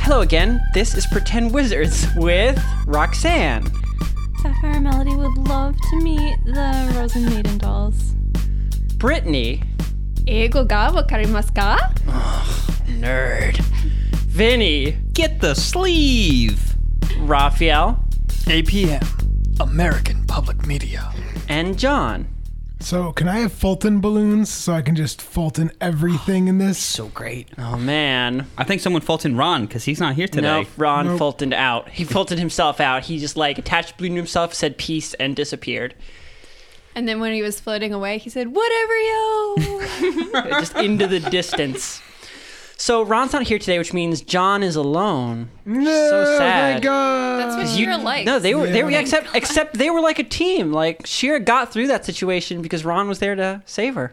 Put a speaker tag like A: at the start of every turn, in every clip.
A: Hello again. This is Pretend Wizards with Roxanne.
B: Sapphire and Melody would love to meet the Rosen Maiden dolls.
A: Brittany,
B: Ego Eh, ga wakarimasu ka?
A: nerd. Vinny,
C: Get the sleeve.
A: Raphael,
D: APM, American Public Media.
A: and John.
E: So, can I have Fulton balloons so I can just Fulton everything in this?
C: So great.
A: Oh man.
C: I think someone Fulton Ron because he's not here today.
A: No, Ron Fultoned out. He Fultoned himself out. He just like attached balloon to himself, said peace, and disappeared.
B: And then when he was floating away, he said, Whatever yo!
A: just into the distance. So Ron's not here today, which means John is alone.
E: no,
A: so sad.
E: thank Oh God.
B: That's what you're like.
A: No, they were they were
E: Yeah.
A: except except they were like a team. Like Shira got through that situation because Ron was there to save her.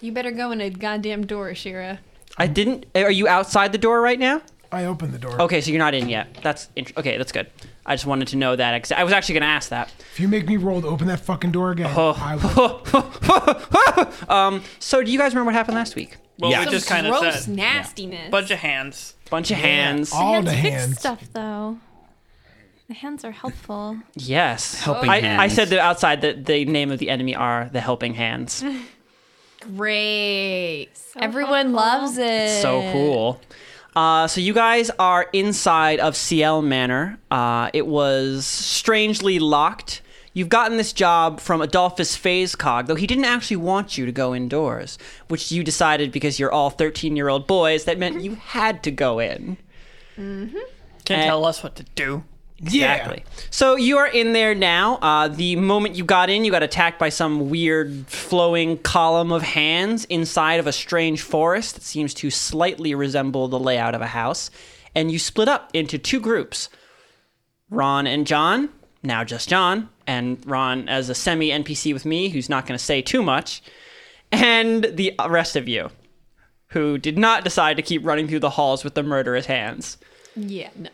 B: You better go in a goddamn door, Shira.
A: I didn't. Are you outside the door right now?
E: I opened the door.
A: Okay, so you're not in yet. That's int- okay. That's good. I just wanted to know that. ex- I was actually going to ask that.
E: If you make me roll to open that fucking door again,
A: Oh.
E: I will.
A: um. So do you guys remember what happened last week?
F: Well,
C: Yeah.
F: we just kind of
B: Gross
F: said
B: nastiness.
F: bunch of hands.
A: Bunch of hands.
E: All
B: Hands
E: the
B: fix
E: hands.
B: stuff, though. The hands are helpful.
A: Yes.
C: Helping
A: I, I
C: hands.
A: said that outside that the name of the enemy are the helping hands.
G: Great.
B: Everyone
G: Everyone
B: loves
G: loves it.
A: so cool. Uh, so you guys are inside of CL Manor. Uh, it was strangely locked. You've gotten this job from Adolphus Phasecog, though he didn't actually want you to go indoors, which you decided because you're all 13 year old boys, that meant you had to go in.
F: Can
A: Eh.
F: not tell us what to do.
A: Exactly. So you are in there now. Uh, the moment you got in, you got attacked by some weird flowing column of hands inside of a strange forest that seems to slightly resemble the layout of a house. And you split up into two groups Ron and John, now just John, and Ron as a semi NPC with me who's not going to say too much, and the rest of you who did not decide to keep running through the halls with the murderous hands.
B: Yeah, no.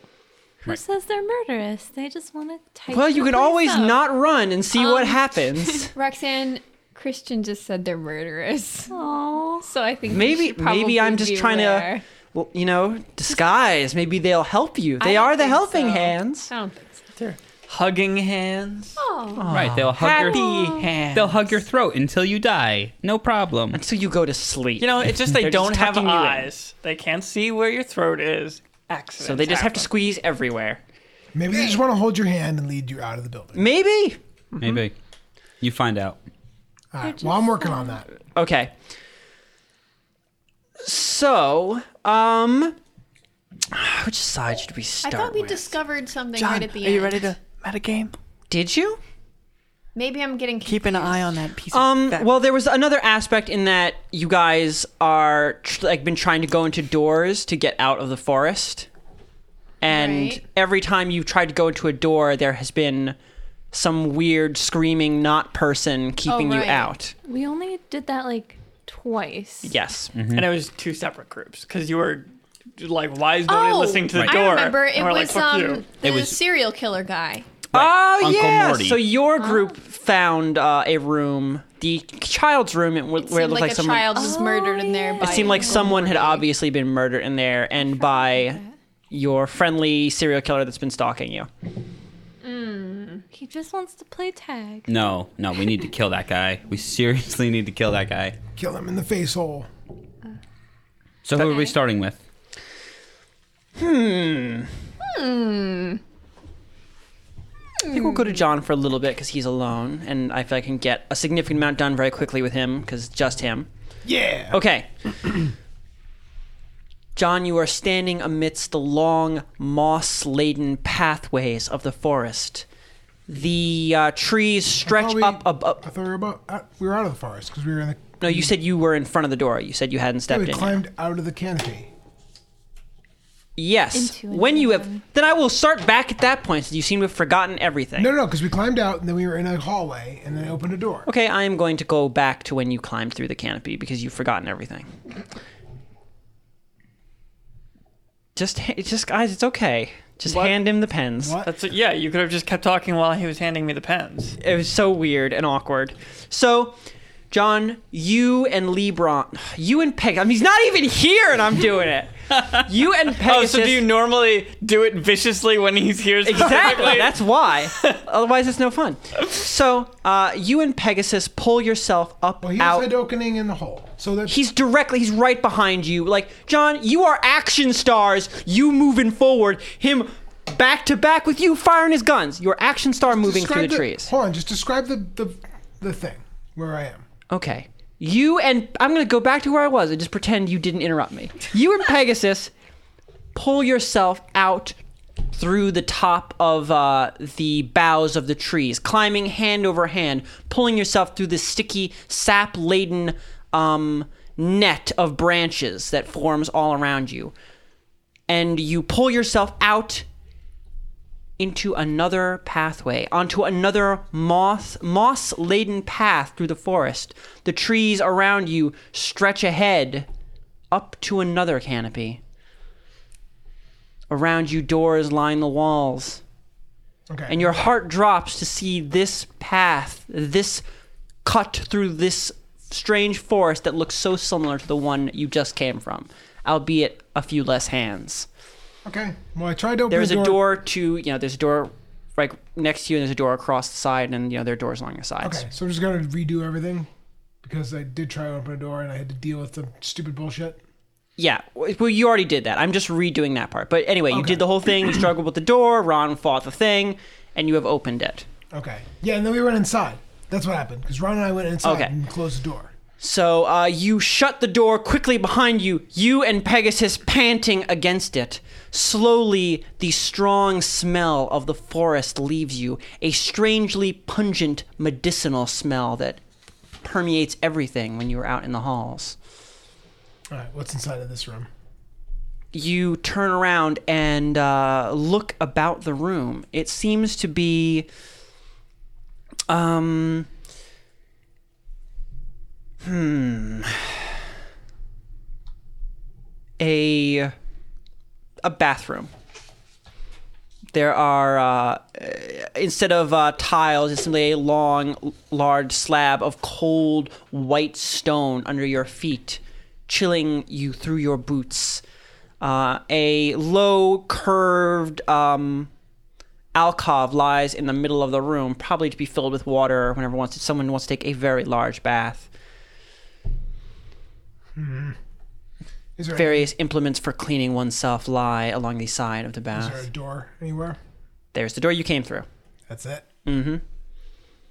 G: Who says they're murderous? They just want to type.
A: Well, you
G: the
A: can
G: place
A: always
G: up.
A: not run and see what happens.
B: Roxanne, Christian just said they're murderous.
G: Aw.
B: So I think we
A: maybe
B: should probably
A: maybe I'm just
B: be
A: trying
B: aware.
A: to well, you know disguise. Maybe they'll help you. They
B: don't
A: are the
B: think
A: helping
B: so.
A: hands.
B: I don't think so.
F: Hugging hands.
G: Oh.
C: Right. They'll hug your.
A: Happy hands.
C: They'll hug your throat until you die. No problem.
A: So you go to sleep.
F: You know, it's just they
A: They're just
F: don't have
A: tucking you in.
F: eyes. They can't see where your throat is. Accidents.
A: so they just have to
F: happen.
A: squeeze everywhere.
E: Maybe they just want to hold your hand and lead you out of the building.
A: Maybe.
C: Maybe. You find out.
E: All right. Well, I'm working on that.
A: Okay. So, um, which side should we
G: I
A: start?
G: thought we
A: with?
G: discovered something
F: John,
G: right at the
F: are
G: end.
F: you ready to metagame?
A: Did you?
G: Maybe I'm getting
F: Keep an eye on that piece.
A: Um,
F: of that.
A: well, there was another aspect in that you guys are tr- like been trying to go into doors to get out of the forest, and
G: Right.
A: every time you've tried to go into a door, there has been some weird screaming not person keeping
G: Oh, right.
A: you out.
B: We only did that like twice.
A: Yes,
C: Mm-hmm.
F: and it was two separate groups because you were like, why is nobody listening to the door?
G: Oh, I remember it
F: And we're like,
G: was
F: "Fuck
G: um
F: you."
G: the
C: It was-
G: serial killer guy.
A: Oh
C: Uncle
A: yeah.
C: Morty.
A: So
G: Oh.
A: your group found uh, a room, the child's room, it w- where it
G: Seemed
A: looked
G: like,
A: like,
G: a
A: someone.
G: child was murdered in there. By
A: It seemed like someone had obviously been murdered in there, and by your friendly serial killer that's been stalking you.
B: He just wants to play tag.
C: No, no, we need to kill that guy. We seriously need to kill that guy.
E: Kill him in the face hole.
C: So who are we starting with?
A: I think we'll go to John for a little bit because he's alone, and I feel I can get a significant amount done very quickly with him because just him.
E: Yeah.
A: Okay. John, you are standing amidst the long, moss laden pathways of the forest. The uh, trees stretch
E: thought we-
A: up above.
E: I thought we were about. Uh, we were out of the forest because we were in the.
A: No, you said you were in front of the door. You said you hadn't stepped
E: We
A: in.
E: climbed out of the canopy.
A: Yes.
B: Into an
A: When you have. Then I will start back at that point since you seem to have forgotten everything.
E: No, no, because we climbed out and then we were in a hallway and then I opened a door.
A: Okay, I am going to go back to when you climbed through the canopy because you've forgotten everything. Just, ha- just guys, it's okay. Just
F: What?
A: hand him the pens.
E: What?
F: That's it. Yeah, you could have just kept talking while he was handing me the pens.
A: It was so weird and awkward. So, John, you and Lebron, you and Peg. I mean, he's not even here, and I'm doing it. You and
F: Oh,
A: Pegasus.
F: so do you normally do it viciously when he's here?
A: Exactly.
F: specifically?
A: That's why. Otherwise, it's no fun. So, uh, you and Pegasus pull yourself up
E: Well, he's
A: out.
E: Hadokening in the hole. So that's
A: He's directly, he's right behind you. Like, John, you are action stars. You moving forward. Him back to back with you firing his guns. You're action star moving through
E: describe
A: the trees.
E: Hold on, just describe the, the the thing where I am.
A: Okay. You and I'm going to go back to where I was and just pretend you didn't interrupt me. You and Pegasus pull yourself out through the top of uh, the boughs of the trees, climbing hand over hand, pulling yourself through this sticky, sap laden um, net of branches that forms all around you. And you pull yourself out into another pathway, onto another moss moss laden path through the forest. The trees around you stretch ahead up to another canopy. Around you doors line the walls,
E: Okay.
A: and your heart drops to see this path, this cut through this strange forest that looks so similar to the one you just came from, albeit a few less hands
E: okay. Well, I tried to open
A: there's
E: the
A: a door to you know there's a door right next to you and there's a door across the side and you know there are doors along the sides
E: Okay, so I'm just gonna redo everything because I did try to open a door and I had to deal with the stupid bullshit.
A: yeah well you already did that i'm just redoing that part but anyway you did the whole thing you struggled with the door ron fought the thing and you have opened it
E: Okay. Yeah, and then we went inside. That's what happened because Ron and I went inside
A: Okay.
E: and closed the door.
A: so uh, you shut the door quickly behind you you and pegasus panting against it slowly the strong smell of the forest leaves you a strangely pungent medicinal smell that permeates everything when you are out in the halls
E: All right, what's inside of this room?
A: you turn around and uh, look about the room. It seems to be, um, hmm, a a bathroom. There are uh, instead of uh, tiles, it's simply a long, large slab of cold white stone under your feet, chilling you through your boots. Uh, a low curved um, alcove lies in the middle of the room, probably to be filled with water whenever wants someone wants to take a very large bath.
E: Is there,
A: Various implements for cleaning oneself lie along the side of the
E: is there a
A: bath.
E: door anywhere?
A: There's the door you came through.
E: That's it. Mm-hmm.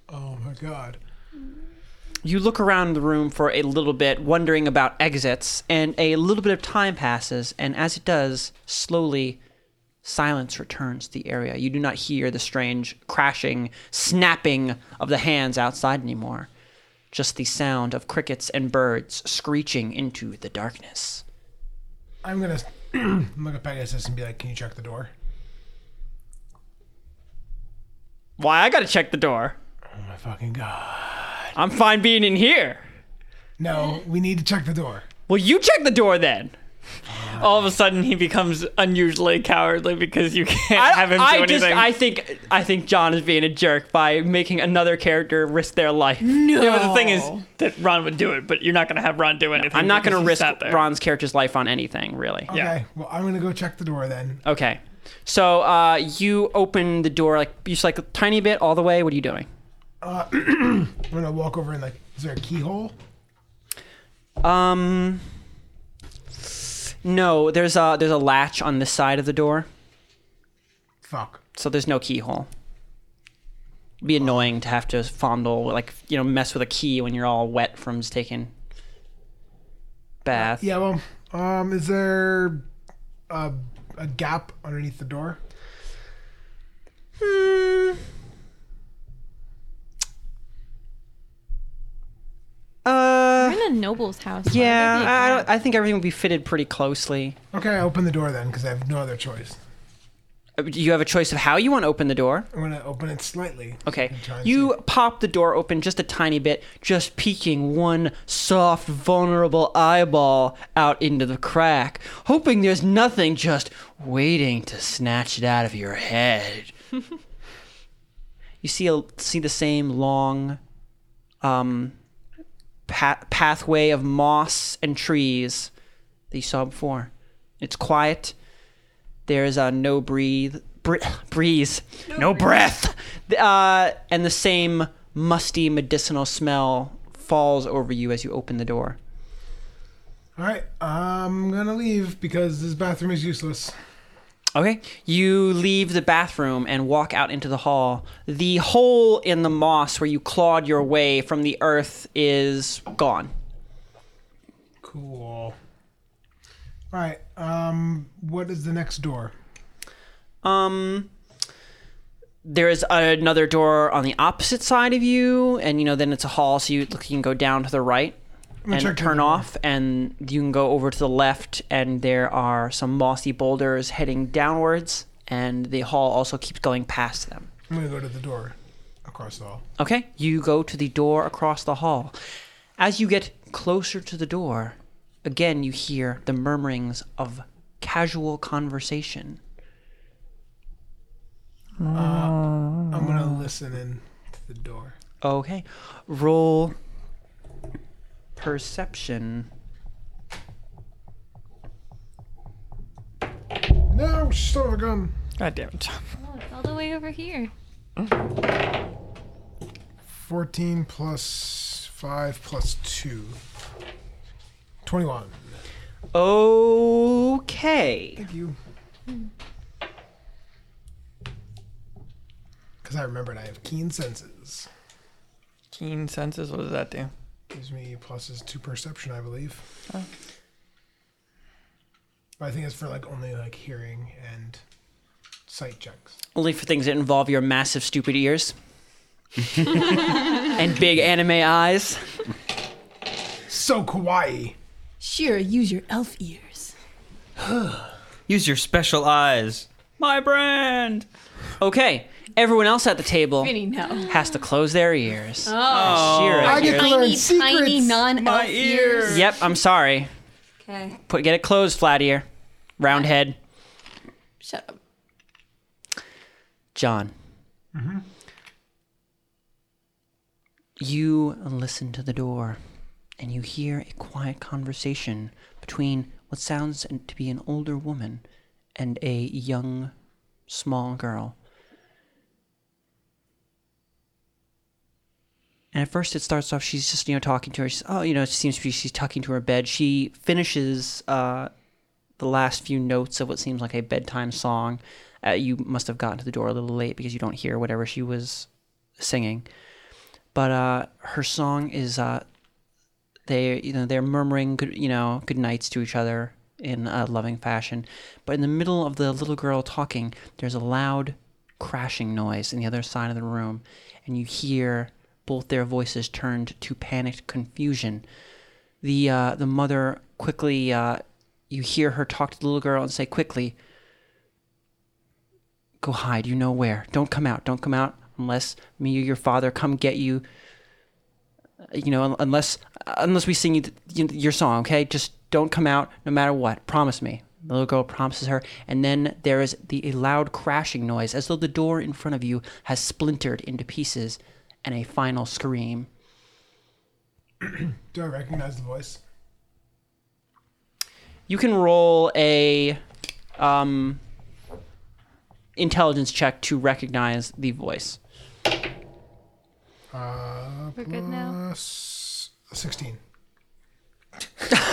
E: Oh my god.
A: You look around the room for a little bit, wondering about exits, and a little bit of time passes, and as it does, slowly silence returns to the area. You do not hear the strange crashing, snapping of the hands outside anymore. Just the sound of crickets and birds screeching into the darkness.
E: I'm gonna I'm gonna look at Pegasus and be like, "Can you check the door?"
A: Why, I gotta check the door.
E: Oh my fucking god.
A: I'm fine being in here.
E: No, we need to check the door.
A: Well, you check the door then.
F: All of a sudden, he becomes unusually cowardly because you can't
A: I,
F: have him do
A: I
F: anything.
A: just I think I think John is being a jerk by making another character risk their life.
F: Yeah, but the thing is that Ron would do it, but you're not going to have Ron do anything.
A: I'm not going
F: because
A: to
F: he
A: risk
F: sat there.
A: Ron's character's life on anything, really.
E: Okay. Well, I'm gonna go check the door then.
A: Okay. So uh, you open the door like you just like a tiny bit all the way. What are you doing?
E: I'm gonna walk over and like, is there a keyhole?
A: Um. No, there's a there's a latch on this side of the door,
E: Fuck.
A: so there's no keyhole. Be annoying to have to fondle like you know mess with a key when you're all wet from just taking bath.
E: Yeah. Well, um, is there a, a gap underneath the door?
A: Uh.
G: We're in a noble's house. Why would there be a
A: Yeah,
G: gap?
A: I, I think everything would be fitted pretty closely.
E: Okay, I open the door then because I have no other choice.
A: Uh, You have a choice of how you want to open the door.
E: I'm gonna open it slightly.
A: Okay.
E: and try and
A: You pop the door open just a tiny bit, just peeking one soft, vulnerable eyeball out into the crack, hoping there's nothing just waiting to snatch it out of your head. you see a, see the same long um pa- pathway of moss and trees that you saw before. It's quiet. There is uh, no breathe, br- breeze, no, breath, uh, and the same musty medicinal smell falls over you as you open the door.
E: All right, I'm gonna leave because this bathroom is useless.
A: Okay. You leave the bathroom and walk out into the hall. The hole in the moss where you clawed your way from the earth is gone.
E: Cool. All right. Um, what is the next door?
A: Um there is another door on the opposite side of you and you know then it's a hall so you, you can go down to the right and
E: check the
A: turn
E: door.
A: off and you can go over to the left and there are some mossy boulders heading downwards and the hall also keeps going past them.
E: I'm gonna go to the door across the hall.
A: Okay, you go to the door across the hall. As you get closer to the door, again you hear the murmurings of casual conversation.
E: I'm gonna
A: Um,
E: listen in to the door.
A: Okay, roll perception.
E: No, son of a gun.
F: God damn it.
G: all the way over here.
E: 14 plus 5 plus 2. 21.
A: Okay,
E: Thank you. Because I remembered I have keen senses.
F: Keen senses. What does that do?
E: Gives me pluses to perception, I believe. But I think it's for like only like hearing and sight checks.
A: only for things that involve your massive stupid ears and big anime eyes.
E: So kawaii.
H: Shira, use your elf ears.
C: Use your special eyes. My brand.
A: Okay, everyone else at the table
H: Vinny, no.
A: has to close their ears. Oh,
E: I get to learn
H: Tiny, tiny
E: secrets.
H: non-elf ears.
A: Yep, I'm sorry.
H: Okay,
A: Put get it closed, flat ear, round head,
H: shut up.
A: John. You listen to the door, and you hear a quiet conversation between what sounds to be an older woman and a young, small girl. And at first, it starts off. She's just you know talking to her. She's oh you know it seems to be she's tucking to her bed. She finishes uh, the last few notes of what seems like a bedtime song. Uh, you must have gotten to the door a little late because you don't hear whatever she was singing. But uh, her song is uh, they you know they're murmuring good you know good nights to each other in a loving fashion. But in the middle of the little girl talking, there's a loud crashing noise in the other side of the room, and you hear both their voices turned to panicked confusion the uh, the mother quickly uh, you hear her talk to the little girl and say quickly go hide you know where don't come out don't come out unless me or your father come get you Uh, you know un- unless unless we sing you, th- you your song okay just don't come out no matter what promise me the little girl promises her and then there is the a loud crashing noise as though the door in front of you has splintered into pieces and a final scream
E: Do I recognize the voice?
A: You can roll a um, intelligence check to recognize the voice.
E: Uh,
G: We're good now.
E: plus 16.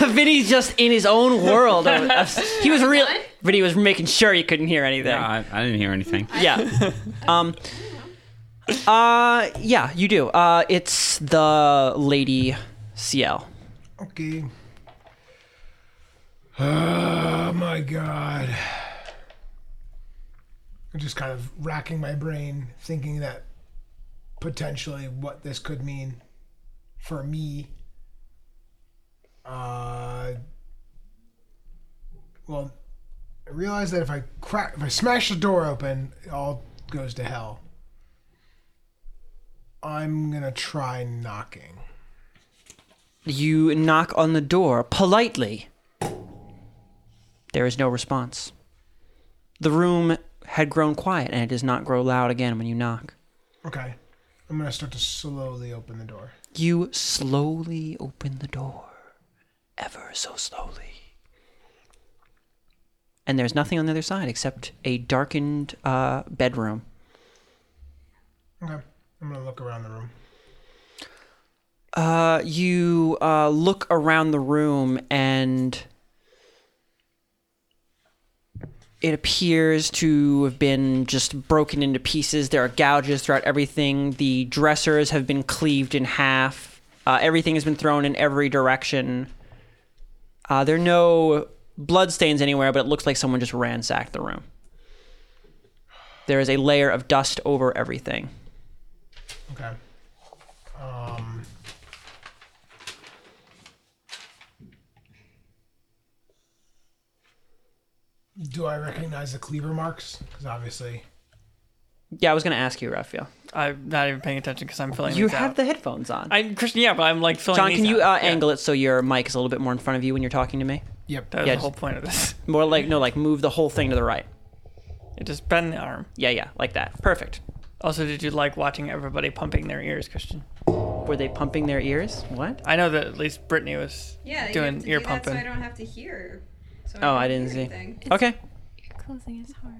A: Vinny's just in his own world. of- of- he was real. Vinny was making sure you couldn't hear anything.
C: No, I, I didn't hear anything.
A: Yeah. um. Uh. Yeah. You do. Uh. It's the lady CL.
E: Okay. Oh my god. I'm just kind of racking my brain thinking that potentially what this could mean for me. Uh well I realize that if I crack if I smash the door open, it all goes to hell. I'm gonna try knocking.
A: You knock on the door politely. There is no response. The room had grown quiet and it does not grow loud again when you knock.
E: Okay. I'm gonna start to slowly open the door.
A: You slowly open the door, ever so slowly. And there's nothing on the other side except a darkened uh, bedroom.
E: Okay. I'm gonna look around the room.
A: Uh, you uh, look around the room and it appears to have been just broken into pieces. There are gouges throughout everything. The dressers have been cleaved in half. Uh, everything has been thrown in every direction. Uh, there are no bloodstains anywhere, but it looks like someone just ransacked the room. There is a layer of dust over everything.
E: Okay. Um. Do I recognize the cleaver marks? Because obviously,
A: Yeah, I was going to ask you, Raphael.
F: I'm not even paying attention because I'm filling.
A: You
F: these
A: have
F: out.
A: the headphones on.
F: I Christian, yeah, but I'm like filling.
A: John,
F: these
A: can you uh,
F: out. Yeah.
A: angle it so your mic is a little bit more in front of you when you're talking to me?
E: yep.
F: That was
A: yeah,
F: the whole
A: just-
F: point of this.
A: More like no, like move the whole thing to the right.
F: It just bend the arm.
A: Yeah, yeah, like that. Perfect.
F: Also, did you like watching everybody pumping their ears, Christian?
A: Were they pumping their ears? What?
F: I know that at least Brittany was
I: Yeah, you have
F: doing
I: to
F: ear
I: do
F: pumping.
I: That so I don't have to hear. So
A: Oh,
I: don't
A: I
I: hear
A: didn't see.
I: anything.
A: Okay.
G: Closing is hard.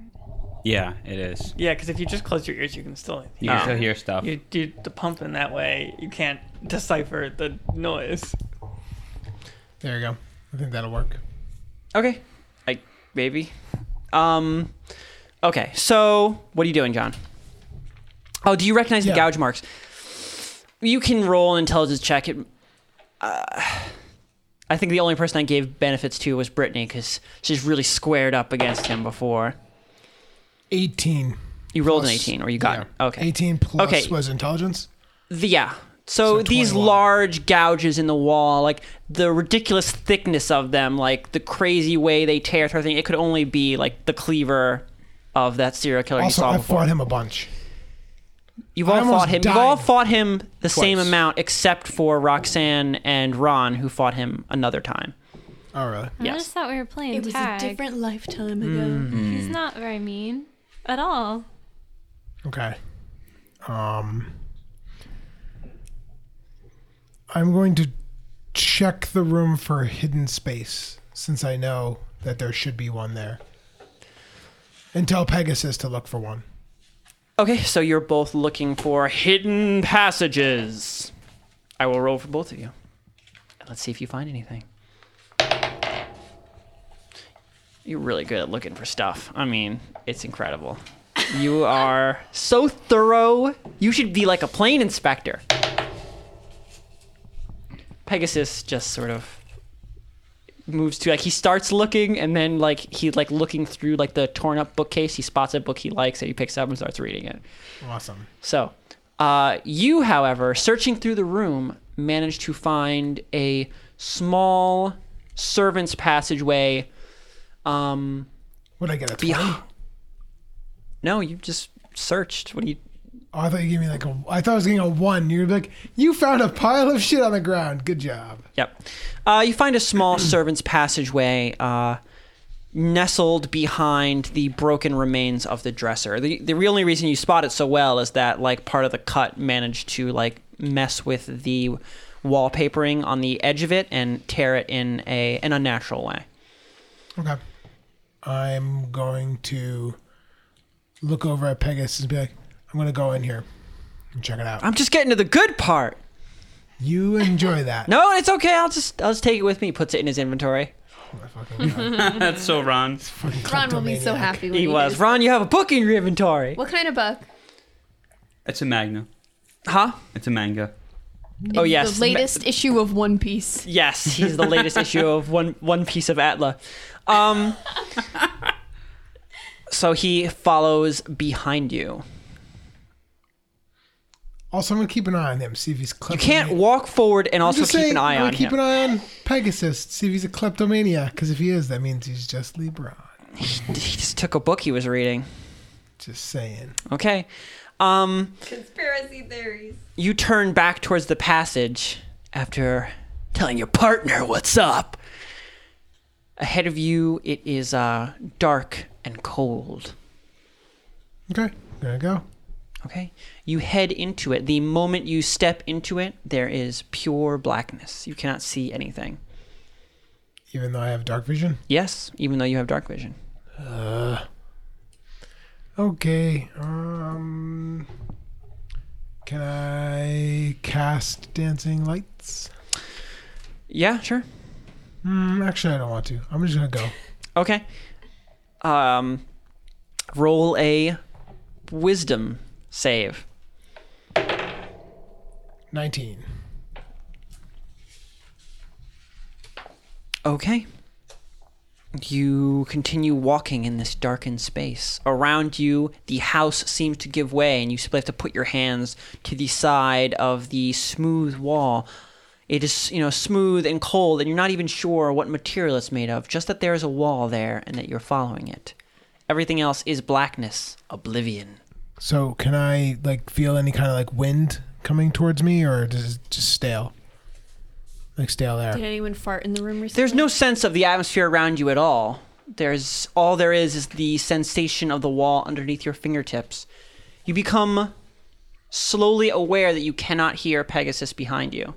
C: Yeah, it is.
F: yeah, because if you just close your ears, you can still.
C: You can
A: Oh.
C: still hear stuff.
F: You do the pumping that way. You can't decipher the noise.
E: There you go. I think that'll work.
A: Okay. I maybe. Um. Okay. So what are you doing, John? Oh, do you recognize the
E: Yeah.
A: gouge marks? You can roll an intelligence check. It. Uh, I think the only person I gave benefits to was Brittany because she's really squared up against him before.
E: 18.
A: You rolled an
E: Plus-
A: 18, or you got it.
E: yeah.
A: Okay.
E: 18 plus
A: Okay.
E: was intelligence.
A: The- yeah. So,
E: So
A: these
E: 21.
A: large gouges in the wall, like the ridiculous thickness of them, like the crazy way they tear through everything, it could only be like the cleaver of that serial killer you
E: Also,
A: saw
E: I
A: before.
E: fought him a bunch.
A: You've
E: I
A: all
E: almost
A: fought him. You've all
E: died
A: fought him the same
E: twice.
A: amount, except for Roxanne and Ron, who fought him another time.
E: Oh, really?
G: I
A: Yes.
G: just thought we were playing
H: It was a
G: tag.
H: different lifetime ago.
G: He's not very mean at all.
E: Okay. Um, I'm going to check the room for hidden space since I know that there should be one there. And tell Pegasus to look for one.
A: Okay, so you're both looking for hidden passages. I will roll for both of you. Let's see if you find anything. You're really good at looking for stuff. I mean, it's incredible. You are so thorough. You should be like a plane inspector. Pegasus just sort of moves to like he starts looking and then like he like looking through like the torn up bookcase he spots a book he likes and he picks up and starts reading it
E: Awesome.
A: so, uh, you, however, searching through the room, managed to find a small servant's passageway. Um,
E: What did I get? A 20?
A: beh- no, you just searched. What do you?
E: Oh, I thought you gave me like a. I thought I was getting a one. You'd be like, you found a pile of shit on the ground. Good job.
A: Yep. Uh, you find a small servant's passageway uh, nestled behind the broken remains of the dresser. The, the only reason you spot it so well is that like part of the cut managed to like mess with the wallpapering on the edge of it and tear it in a an unnatural way.
E: Okay. I'm going to look over at Pegasus and be like, I'm going to go in here and check it out.
A: I'm just getting to the good part.
E: you enjoy that.
A: No, it's okay. I'll just I'll just take it with me. He puts it in his inventory.
E: Fucking-
C: That's so Ron.
E: fucking
H: Ron will be so
E: kleptomaniac.
H: happy when
A: He
H: he
A: was
H: does.
A: Ron. You have a book in your inventory,
H: What kind of book?
C: It's a magna.
A: huh?
C: It's a manga.
A: Oh
H: It's
A: yes,
H: The latest issue of One Piece.
A: Yes, he's the latest issue of one One Piece of Atla. Um, so he follows behind you.
E: Also, I'm going to keep an eye on him, see if he's
A: You
E: kleptomaniac.
A: can't walk forward and also keep an eye
E: I'm gonna
A: on
E: keep
A: him.
E: an eye on Pegasus, see if he's a kleptomaniac, because if he is, that means he's just LeBron.
A: he just took a book he was reading.
E: Just saying.
A: Okay. Um,
I: Conspiracy theories.
A: you turn back towards the passage after telling your partner what's up. Ahead of you, it is uh, dark and cold.
E: Okay, there you go.
A: Okay. You head into it. The moment you step into it, there is pure blackness. You cannot see anything.
E: Even though I have dark vision.
A: Yes, even though you have dark vision.
E: Okay. Um. Can I cast dancing lights?
A: Yeah, sure.
E: Mm, actually, I don't want to. I'm just gonna go.
A: Okay. Um, roll a wisdom save.
E: 19.
A: Okay. You continue walking in this darkened space. Around you, the house seems to give way, and you simply have to put your hands to the side of the smooth wall. It is, you know, smooth and cold, and you're not even sure what material it's made of, just that there is a wall there and that you're following it. Everything else is blackness, oblivion.
E: So, can I like feel any kind of like wind coming towards me, or does it just stale? Like stale air.
H: Did anyone fart in the room recently?
A: There's no sense of the atmosphere around you at all. There's all there is is the sensation of the wall underneath your fingertips. You become slowly aware that you cannot hear Pegasus behind you.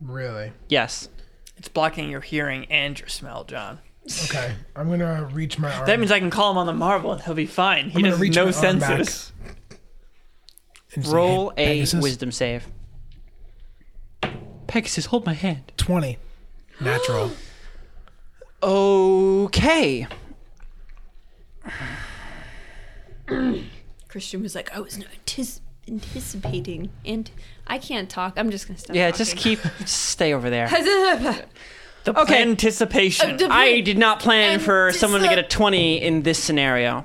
E: Really?
A: Yes.
F: It's blocking your hearing and your smell, John.
E: Okay. I'm gonna reach my arm
F: That means I can call him on the marble and he'll be fine. He
E: I'm gonna
F: has
E: reach
F: no
E: my arm back.
F: senses.
E: and say,
A: Roll
E: "Hey,
A: a
E: Pegasus,
A: wisdom save. Pegasus, hold my hand.
E: 20. Natural.
A: Okay.
H: Christian was like, I was not antici- anticipating. And I can't talk. I'm just going to stop.
A: Yeah, just keep stay over there.
H: keep.
F: The
A: Okay.
H: Uh,
F: anticipation.
A: I did not plan
H: And
A: for
H: just
A: someone to
H: a-
A: get a 20 in this scenario.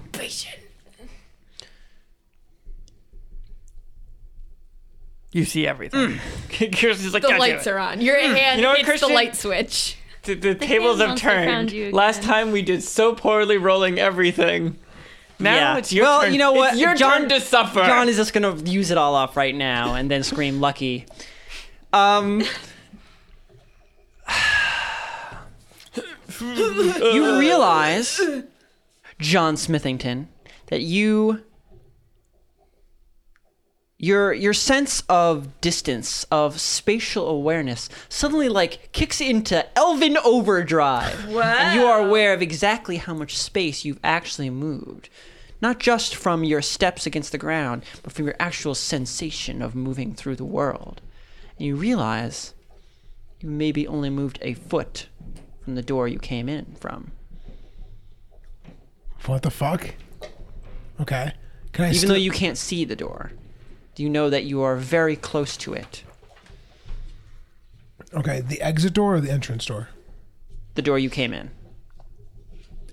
F: you see everything. Kirsten's like,
H: The
F: "God damn
H: lights
F: it."
H: are on. Your hand
F: You know what,
H: hits
F: Christian?
H: the light switch.
F: The, the tables
G: hand
F: have
G: wants to
F: turned.
G: found you
F: Last
G: again.
F: time we did so poorly rolling everything. Now
A: Yeah.
F: it's your
A: well,
F: turn.
A: you know what?
F: It's your
A: John,
F: turn to suffer.
A: John is just gonna use it all off right now and then scream lucky. Um You realize, John Smithington, that you your your sense of distance, of spatial awareness, suddenly like kicks into elven overdrive, and you are aware of exactly how much space you've actually moved, not just from your steps against the ground, but from your actual sensation of moving through the world. And you realize you maybe only moved a foot from the door you came in from.
E: What the fuck? Okay. Can I
A: Even
E: still,
A: though you can't see the door, you know that you are very close to it.
E: Okay, the exit door or the entrance door?
A: the door you came in.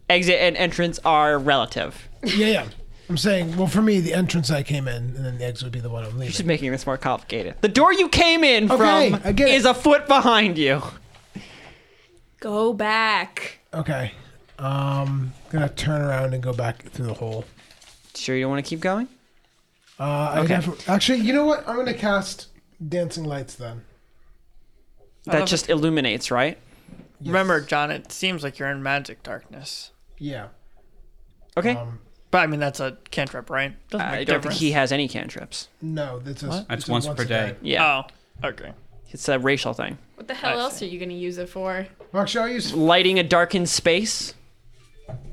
A: Exit and entrance are relative.
E: Yeah, yeah. I'm saying, well, for me, the entrance I came in, and then the exit would be the one I'm
A: Just
E: leaving.
A: making this more complicated. The door you came in
E: Okay,
A: from
E: I get it.
A: is a foot behind you.
H: Go back.
E: Okay. Um, gonna turn around and go back through the hole.
A: Sure, you don't want to keep going?
E: Uh, I defi- actually, you know what? I'm gonna cast dancing lights then.
A: That just illuminates, right?
F: Remember, John, it seems like you're in magic darkness.
E: Yeah.
A: Okay.
E: Um,
F: But I mean, that's a cantrip, right? Doesn't
A: I
F: make
A: don't think
F: difference.
A: he has any cantrips.
E: No, that's a,
C: That's
E: a
C: once per
E: a
C: day.
A: Yeah.
F: Oh, okay.
A: It's a racial thing.
H: What the hell else are you going to use it for?
E: Well, actually, I'll use.
A: Lighting a darkened space?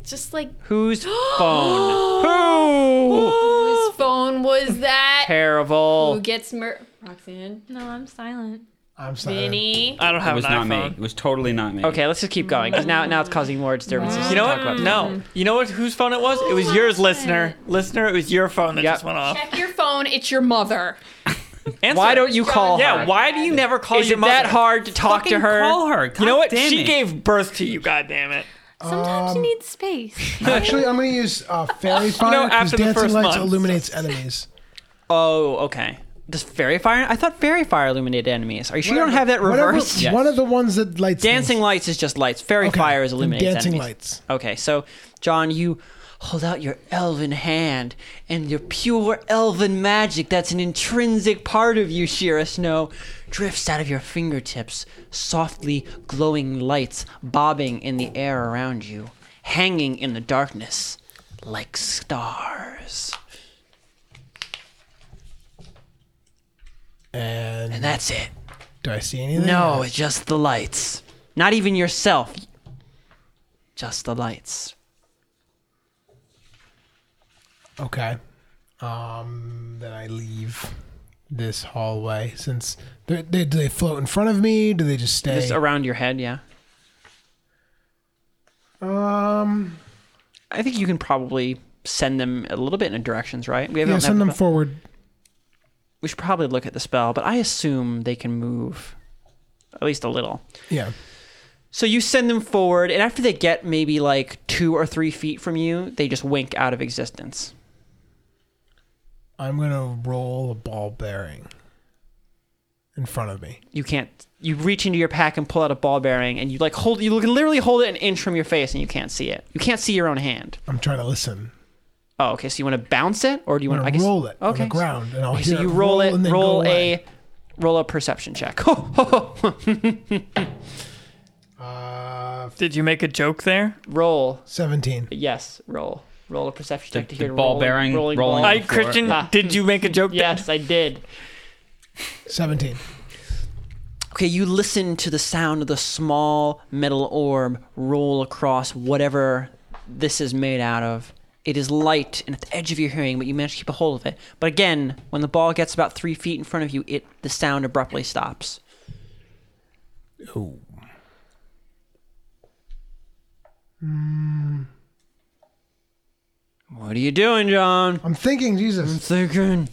H: Just like
A: Whose phone? Who?
H: whose phone was that? Who
A: Terrible.
H: gets mur- Roxanne?
G: No, I'm silent.
E: I'm sorry.
H: Vinny?
F: I don't
C: It
F: have
C: was
F: an
C: not
F: iPhone.
C: me. It was totally not me.
A: Okay, let's just keep going because now, now it's causing more disturbances.
F: You know what? No. You know what? Whose phone it was? It was yours, listener. Listener, it was your phone that
A: Yep.
F: just went off.
H: Check your phone. It's your mother.
F: Answer.
A: Why don't you call
F: Yeah.
A: her?
F: Why do you never call
A: Is
F: your
A: it
F: mother?
A: that hard to talk
C: Fucking
A: to her?
C: Call her.
F: You know what?
C: Damn
F: She
C: it.
F: gave birth to you. God damn it.
G: Sometimes
H: Um,
G: you need space.
E: Actually, I'm gonna use uh, fairy fire because
F: after the
E: dancing
F: first
E: lights
F: month.
E: illuminates enemies.
A: Oh, okay. Does fairy fire? I thought fairy fire illuminated enemies. Are you sure you don't have that
E: Whatever-
A: reversed?
C: Yes.
E: One of the ones that lights
A: Dancing
E: things.
A: lights is just lights. Fairy
E: Okay,
A: fire is
E: then
A: illuminates
E: dancing
A: enemies.
E: lights.
A: Okay, so John, you hold out your elven hand, and your pure elven magic that's an intrinsic part of you, Shira Snow, drifts out of your fingertips, softly glowing lights bobbing in the air around you, hanging in the darkness like stars.
E: And,
A: And that's it.
E: do I see anything?
A: No, it's just the lights. Not even yourself. Just the lights.
E: Okay. Um, then I leave this hallway since they, they do they float in front of me? Do they just stay?
A: Just around your head, yeah.
E: um,
A: I think you can probably send them a little bit in directions, right? We haven't
E: yeah,
A: have-
E: send them forward.
A: we should probably look at the spell, but I assume they can move at least a little.
E: Yeah.
A: So you send them forward, and after they get maybe like two or three feet from you, they just wink out of existence.
E: I'm gonna roll a ball bearing in front of me.
A: You can't. You reach into your pack and pull out a ball bearing, and you like hold. You can literally hold it an inch from your face, and you can't see it. You can't see your own hand.
E: I'm trying to listen.
A: Oh, okay. So you want to bounce it, or do you
E: I'm
A: want
E: gonna
A: to I guess,
E: roll it on
A: Okay.
E: the ground, and I'll
A: Okay,
E: hear
A: so you roll it.
E: and then
A: Roll
E: go away.
A: a roll a perception check.
E: uh,
F: Did you make a joke there?
A: roll.
E: seventeen.
A: Yes, roll. Roll a perception check to
C: the
A: hear
C: ball
A: rolling-
C: bearing
A: rolling
C: rolling.
A: ball.
F: I,
C: for it.
F: Christian, did you make a joke there?
A: Yes, I did.
E: Seventeen.
A: Okay, you listen to the sound of the small metal orb roll across whatever this is made out of. It is light and at the edge of your hearing, but you manage to keep a hold of it. But again, when the ball gets about three feet in front of you, it the sound abruptly stops. Oh. Hmm. What are you doing, John?
E: I'm thinking, Jesus.
A: Thinking.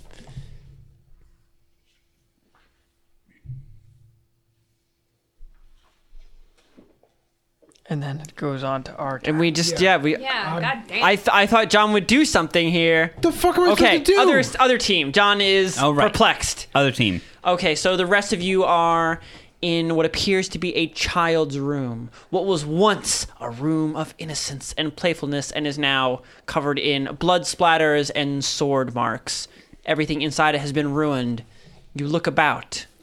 F: And then it goes on to our
A: And we just yeah, we
H: Yeah, god damn.
A: I th- I thought John would do something here.
E: What the fuck am I
A: Okay,
E: supposed to do?
A: other other team. John is
C: All Oh, right.
A: perplexed.
C: Other team.
A: Okay, so the rest of you are in what appears to be a child's room. What was once a room of innocence and playfulness and is now covered in blood splatters and sword marks. Everything inside it has been ruined. You look about,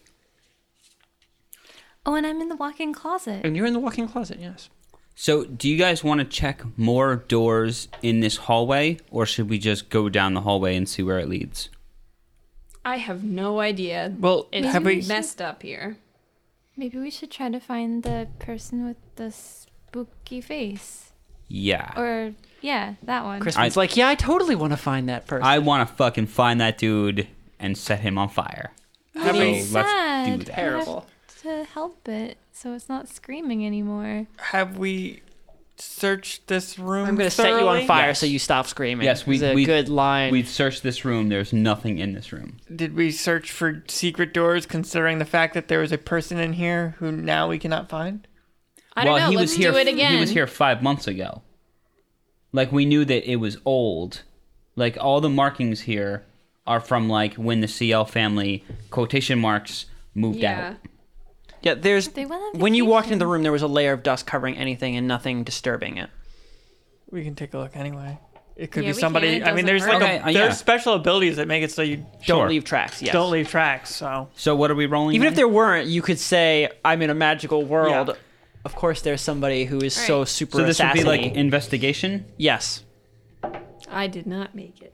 G: Oh, and I'm in the walk-in closet.
A: and you're in the walk-in closet. Yes.
C: So, do you guys want to check more doors in this hallway, or should we just go down the hallway and see where it leads?
H: I have no idea.
F: well,
H: It's
F: have we?
H: messed up here.
G: Maybe we should try to find the person with the spooky face.
C: Yeah.
G: Or yeah, that one.
A: Crispin's like, yeah, I totally want to find that person.
C: I want to fucking find that dude and set him on fire.
F: Have
C: So
F: we?
C: let's
G: Sad.
C: do that.
A: Terrible.
G: to help it so it's not screaming anymore.
F: Have we searched this room?
A: I'm gonna set you on fire so you stop screaming.
C: Yes, we-
A: It's a
C: we-
A: good line.
C: We've searched this room. There's nothing in this room.
F: Did we search for secret doors, considering the fact that there was a person in here who now we cannot find?
H: I don't
C: well,
H: know.
C: he
H: Let's
C: was here.
H: do it again.
C: He was here five months ago. Like we knew that it was old. Like all the markings here are from like when the CL family quotation marks moved
H: Yeah.
C: out.
A: Yeah, there's
G: went on
A: when you walked into the room, there was a layer of dust covering anything and nothing disturbing it.
F: We can take a look anyway. It could
H: Yeah,
F: be
H: we
F: somebody.
H: can. It
F: I mean,
H: doesn't
F: there's like
C: hurt.
F: a,
C: Okay, uh, yeah.
F: there's special abilities that make it so you
A: Don't
C: Sure.
A: leave tracks. Yes.
F: don't leave tracks. So
C: So what are we rolling?
A: Even if
C: on?
A: there weren't, you could say, "I'm in a magical world."
F: Yeah.
A: Of course, there's somebody who is so
H: Right.
A: super.
C: so this would be like
A: assassiny.
C: investigation.
A: yes.
H: I did not make it.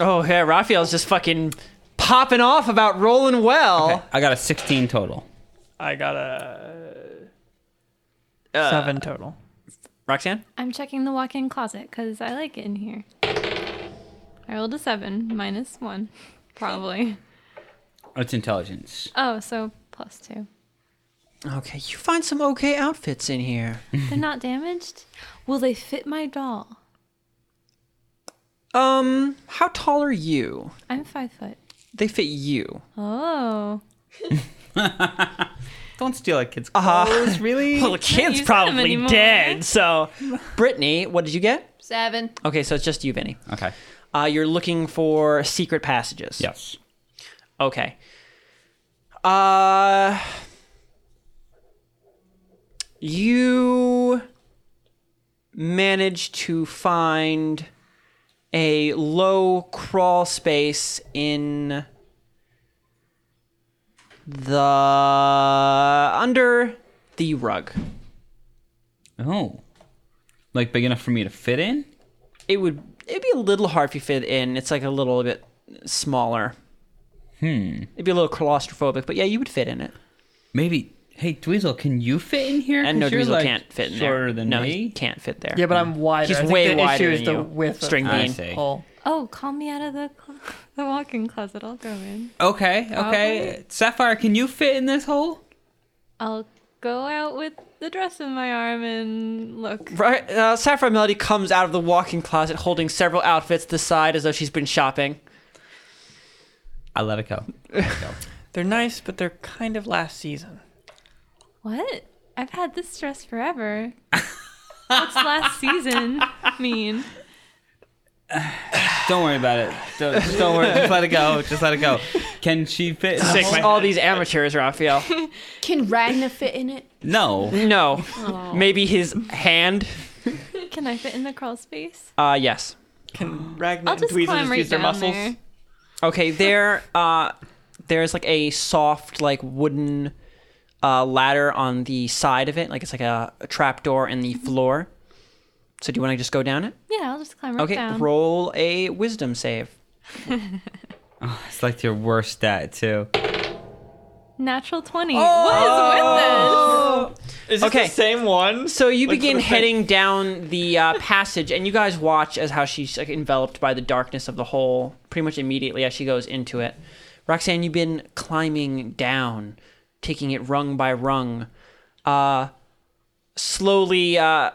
A: Oh yeah, Raphael's just fucking popping off about rolling well.
C: Okay, I got a 16 total.
F: I got a seven total.
A: Roxanne,
G: I'm checking the walk-in closet because I like it in here. I rolled a seven minus one, probably.
C: It's intelligence.
G: Oh, so plus two.
A: okay, you find some okay outfits in here.
G: They're not damaged. Will they fit my doll?
A: Um, how tall are you?
G: I'm five foot.
A: They fit you.
G: Oh,
C: Don't steal a kid's
G: Uh-huh.
A: Really? Well, the kid's
G: use them
A: probably
G: anymore.
A: dead. So, Brittany, what did you get?
H: Seven.
A: Okay, so it's just you, Vinny.
C: Okay.
A: Uh, you're looking for secret passages.
C: Yes.
A: Okay. Uh, you manage to find a low crawl space in the under the rug.
C: Oh. Like big enough for me to fit in?
A: It would it'd be a little hard if you fit in. It's like a little bit smaller. Hmm. It'd be a little claustrophobic, but yeah, you would fit in it.
C: Maybe. Hey, Dweezil, can you fit in here?
A: And no,
C: 'Cause you're,
A: Dweezil
C: like,
A: can't fit in
C: shorter
A: there.
C: than
A: no, he
C: me.
A: can't fit there.
F: Yeah, but I'm wider.
A: He's
F: I think
A: way
F: the
A: wider
F: issue is
A: than
F: the
A: you.
F: width
A: String
F: of the
A: bean.
C: see.
F: hole.
G: Oh, call me out of the cl- the walk-in closet. I'll go in.
C: Okay, okay. Sapphire, can you fit in this hole?
G: I'll go out with the dress in my arm and look.
A: Right, uh, Sapphire Melody comes out of the walk-in closet holding several outfits this side as though she's been shopping.
C: I let it go.
F: They're nice, but they're kind of last season.
G: What? I've had this dress forever. What's last season mean?
C: Don't worry about it. Don't, just don't worry. Just let it go. Just let it go. Can she fit? in the hole?
A: All these amateurs, Raphael.
H: Can Ragna fit in it?
C: No.
A: No, maybe his hand.
G: Can I fit in the crawl space?
A: Uh, yes.
F: Can Ragnar
G: Mm. I'll
F: and
G: just
F: Dweezil
G: climb
F: just
G: right
F: use their
G: down
F: muscles?
G: there.
A: Okay, there. Uh, there's like a soft, like wooden uh, ladder on the side of it. Like it's like a, a trap door in the floor. So do you want to just go down it?
G: Yeah, I'll just climb right
A: Okay,
G: down.
A: roll a wisdom save.
C: It's like your worst stat too.
G: Natural twenty. What is with this?
F: Is this
A: Okay.
F: the same one?
A: So you
F: Like, for
A: begin
F: the thing-
A: heading down the uh, passage, and you guys watch as how she's like, enveloped by the darkness of the hole pretty much immediately as she goes into it. Roxanne, you've been climbing down, taking it rung by rung. Uh, slowly, uh,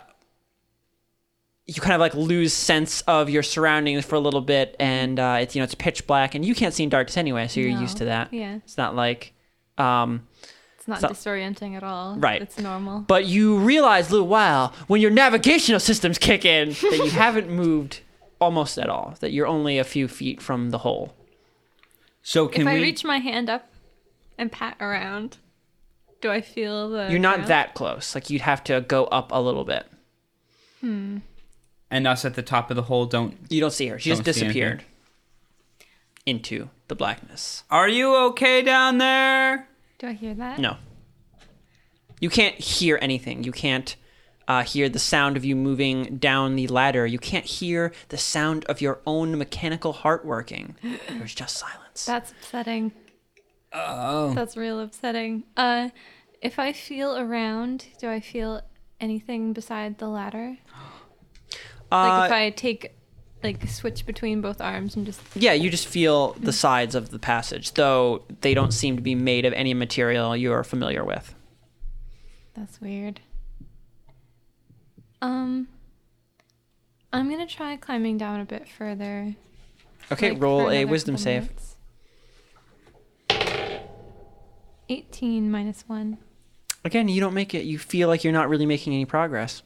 A: you kind of like lose sense of your surroundings for a little bit, and uh, it's you know it's pitch black, and you can't see in darkness anyway, so you're
G: No.
A: used to that.
G: Yeah.
A: It's not like. Um,
G: It's not
A: So-
G: disorienting at all.
A: Right.
G: It's normal.
A: but you realize a little while when your navigational systems kick in that you haven't moved almost at all, that you're only a few feet from the hole.
C: So can
G: if I
C: we?
G: reach my hand up and pat around, do I feel the?
A: You're not
G: ground?
A: that close. Like you'd have to go up a little bit.
C: and us at the top of the hole don't.
A: You don't see her. She just
C: Don't see anything.
A: disappeared into the blackness.
C: Are you okay down there?
G: Do I hear that?
A: No. You can't hear anything. You can't uh, hear the sound of you moving down the ladder. You can't hear the sound of your own mechanical heart working. There's just silence.
G: That's upsetting. Oh. That's real upsetting. Uh, if I feel around, do I feel anything beside the ladder?
A: Uh,
G: like if I take, like, switch between both arms and just.
A: Yeah, you just feel the sides of the passage, though they don't seem to be made of any material you're familiar with.
G: That's weird. Um. I'm gonna try climbing down a bit further.
A: Okay,
G: like,
A: roll
G: for
A: a
G: another
A: wisdom
G: couple
A: save.
G: minutes. 18 minus 1.
A: Again, you don't make it. You feel like you're not really making any progress.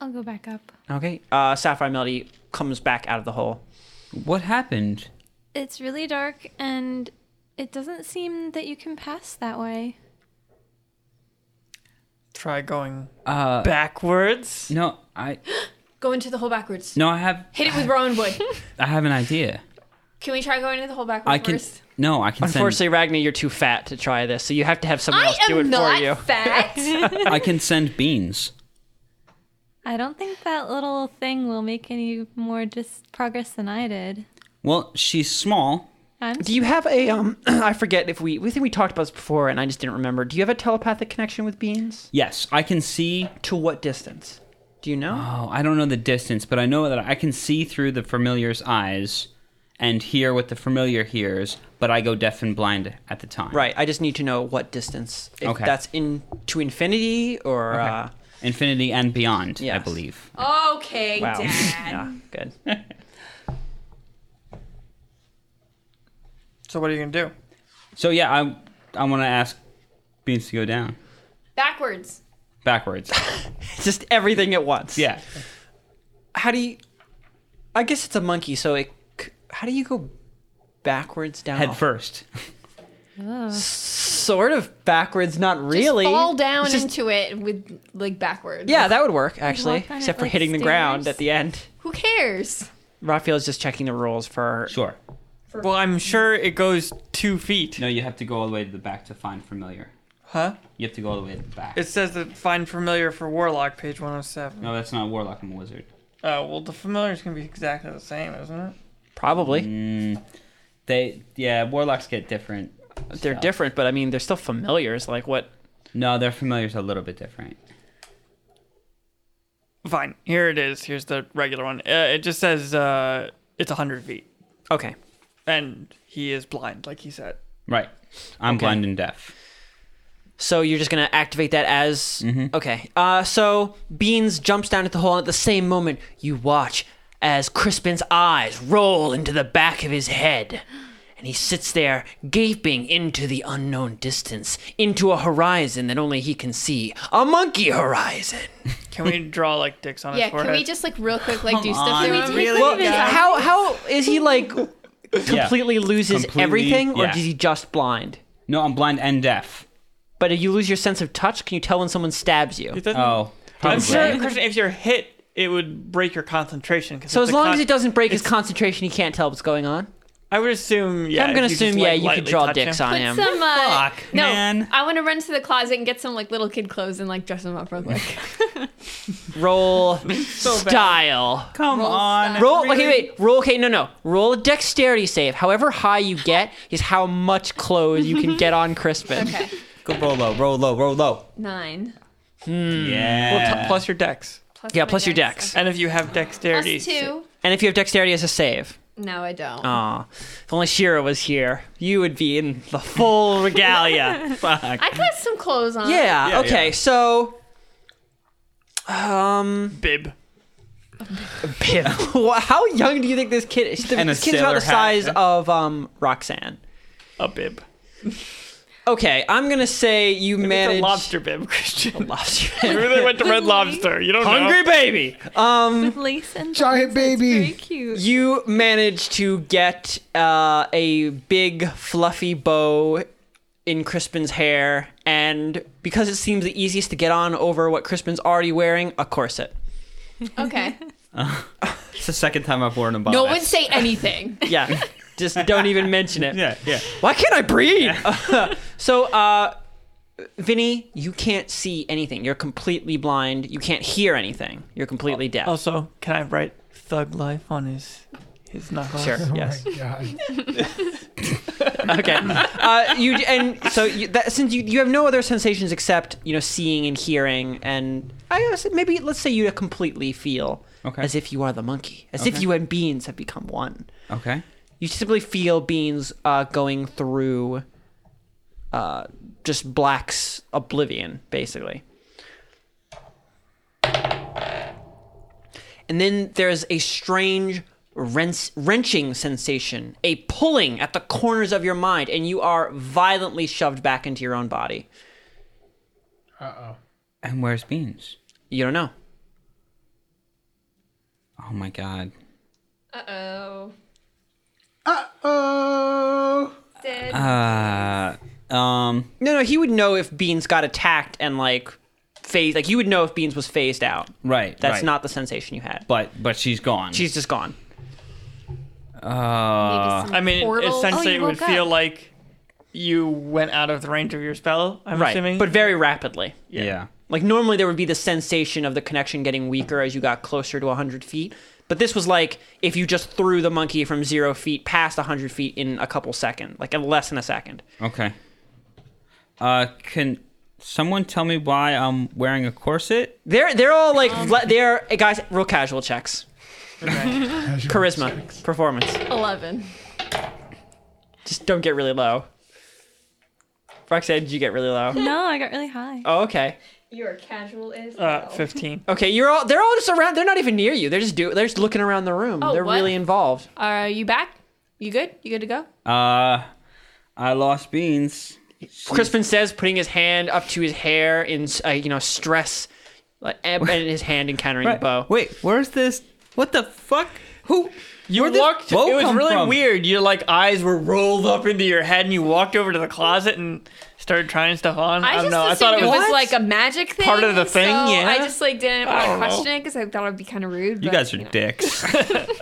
G: I'll go back up.
A: Okay, uh, Sapphire Melody comes back out of the hole.
C: What happened?
G: It's really dark and it doesn't seem that you can pass that way.
F: Try going
C: Uh,
F: backwards.
C: no, I
H: Go into the hole backwards.
C: no, I have
H: Hit it with rowan wood.
C: I have an idea.
H: Can we try going into the hole backwards
C: I can.
H: first?
C: No, I can
A: Unfortunately, Ragnar, you're too fat to try this, so you have to have someone
H: I
A: else do it
H: am not
A: for you.
H: fat.
C: send. I can send beans.
G: I don't think that little thing will make any more dis- progress than I did.
C: Well, she's small.
G: I'm
A: Do you have a um? I forget if we we think we talked about this before, and I just didn't remember. Do you have a telepathic connection with beans?
C: Yes, I can see.
A: To what distance? Do you know?
C: Oh, I don't know the distance, but I know that I can see through the familiar's eyes and hear what the familiar hears, but I go deaf and blind at the time.
A: Right. I just need to know what distance. If
C: Okay.
A: That's in to infinity or.
C: Okay.
A: Uh,
C: Infinity and beyond, I
A: Yes.
C: believe.
H: okay,
A: Wow.
H: Dad.
A: yeah, good.
F: So what are you gonna do?
C: So yeah, I I want to ask beans to go down
H: Backwards.
C: backwards.
A: Just everything at once.
C: yeah.
A: How do you? I guess it's a monkey, so it. c- How do you go backwards down?
C: Head
A: a-
C: first.
A: Sort of backwards, not
H: Just
A: really.
H: fall down
A: It's just-
H: into it with like backwards.
A: Yeah, that would work actually,
G: walk on it
A: except for
G: like
A: hitting the ground
G: stairs?
A: at the end.
H: Who cares?
A: Raphael's just checking the rules for.
C: Sure.
F: Well, I'm sure it goes Oh, two feet.
C: No, you have to go all the way to the back to find familiar.
F: Huh?
C: You have to go all the way to the back.
F: It says that find familiar for warlock, page 107.
C: no, that's not a warlock. I'm a wizard.
F: Oh well, the familiar's gonna be exactly the same, isn't it?
A: Probably.
C: They yeah, warlocks get different.
A: They're
C: stuff.
A: different, but I mean, they're still familiars. Like, what?
C: No, their familiar's a little bit different.
F: Fine. Here it is. Here's the regular one. Uh, it just says uh, it's hundred feet,
A: Okay.
F: and he is blind, like he said.
C: Right. I'm blind and deaf.
A: So you're just gonna activate that as okay. Uh, so Beans jumps down at the hole, and at the same moment, you watch as Crispin's eyes roll into the back of his head, and he sits there gaping into the unknown distance, into a horizon that only he can see—a monkey horizon.
F: Can we draw like dicks on
H: Yeah,
F: his forehead?
H: can we just like real quick like do stuff? Can we take
A: Well, how how is he like completely loses
C: Completely,
A: everything, or
C: yeah.
A: is he just blind?
C: No, I'm blind and deaf.
A: But if you lose your sense of touch, can you tell when someone stabs you?
F: It doesn't-
C: Oh.
F: I'm
C: probably.
F: sure, Christian, if you're hit, it would break your concentration. 'cause
A: So
F: it's
A: as
F: a
A: long
F: con-
A: as it doesn't break his concentration, he can't tell what's going on.
F: I would assume. Yeah.
A: I'm gonna
F: Uh, if you just,
A: assume,
F: like,
A: yeah, you could
F: lightly
A: draw
F: touch
A: dicks
F: him.
A: on him.
H: some uh,
C: Fuck,
H: no,
C: man.
H: I want to run to the closet and get some like little kid clothes and like dress them up real quick.
A: Roll style.
C: Come on.
A: Roll. Okay, wait. Roll. Okay, no, no. Roll a dexterity save. However high you get is how much clothes you can get on Crispin.
H: Okay,
C: Go roll low, roll low, roll low.
H: nine.
C: Yeah.
F: Well, t- plus your dex,
H: Plus
A: Yeah,
H: my
A: plus your dex.
F: and if you have dexterity,
H: Plus two.
A: And if you have dexterity as a save,
H: No, I don't.
A: aw. If only Shira was here, you would be in the full regalia.
C: Fuck.
H: I got some clothes on.
A: yeah,
C: Yeah,
A: Okay.
C: yeah.
A: So. Um.
F: bib.
A: Wha- How young do you think this kid is?
C: And a
A: This kid's about
C: sailor
A: the
C: hat.
A: size of um Roxanne.
F: A bib.
A: Okay, I'm gonna say you managed
F: It's a lobster bib, Christian.
A: Lobster.
F: You really went to Red
G: Really?
F: Lobster. You don't
A: Hungry
F: know.
A: baby. Um,
G: Lace and
E: Giant
G: buttons, it's
E: baby.
G: Very cute.
A: you managed to get uh, a big fluffy bow in Crispin's hair, and because it seems the easiest to get on over what Crispin's already wearing, a corset.
H: Okay.
C: It's the second time I've worn a bonnet.
H: No one say anything.
A: Yeah, just don't even mention it.
C: Yeah, yeah.
A: Why can't I breathe? so, uh, Vinny, you can't see anything. You're completely blind. You can't hear anything. You're completely deaf.
E: Oh.
F: Also, can I write "Thug Life" on his his knuckles?
A: Sure.
E: Oh
A: Yes.
E: my god.
A: Okay. Uh, you and so you, that, since you you have no other sensations except you know seeing and hearing and I guess maybe let's say you completely feel
C: Okay.
A: as if you are the monkey, as if
C: Okay.
A: you and beans have become one.
C: Okay.
A: You simply feel beans uh, going through uh, just black's oblivion, basically. And then there's a strange wrench- wrenching sensation, a pulling at the corners of your mind, and you are violently shoved back into your own body.
C: And where's Beans?
A: You don't know.
C: Oh my god.
H: Uh oh.
E: Oh.
H: Dead.
C: Uh, um,
A: No, no, he would know if Beans got attacked and like phased. Like you would know if Beans was phased out.
C: right.
A: That's
C: right.
A: not the sensation you had.
C: But but she's gone.
A: She's just gone.
C: Uh,
F: I mean,
H: Portals.
G: Oh,
F: essentially,
G: you
F: it would
G: woke
F: feel
G: up.
F: like you went out of the range of your spell. I'm
A: right
F: assuming,
A: but very rapidly
C: yeah.
A: like normally there would be the sensation of the connection getting weaker as you got closer to 100 feet but this was like if you just threw the monkey from zero feet past 100 feet in a couple seconds like in less than a second
C: Okay. Uh, can someone tell me why I'm wearing a corset?
A: they're they're all like
H: Um,
A: le- they're guys real casual checks charisma performance
H: Oh, Eleven.
A: just don't get really low Roxanne, did you get really low?
G: No, I got really high.
A: Oh, okay.
I: You're casual as
F: uh, fifteen.
A: Okay, you're all they're all just around they're not even near you. They're just do they're just looking around the room.
H: Oh,
A: they're
H: what?
A: really involved.
H: Are you back? You good? You good to go?
C: Uh, I lost Beans.
A: Crispin says, putting his hand up to his hair in uh, you know stress, like, and and his hand encountering the
F: Oh.
A: bow.
C: Wait, where's this? What the fuck? Who?
F: You
C: Where'd this
F: walked.
C: bow
F: It was
C: come
F: really
C: from?
F: weird. Your like eyes were rolled up into your head, and you walked over to the closet and started trying stuff on. I,
H: I,
F: don't
H: just
F: know. I
H: assumed
F: thought
H: it
F: was,
H: was like a magic thing.
F: Part of the thing,
H: so
F: yeah.
H: I just like didn't
F: I
H: want to
F: don't know.
H: question it because I thought it'd be kind of rude.
C: You
H: but,
C: guys are
H: know.
C: dicks.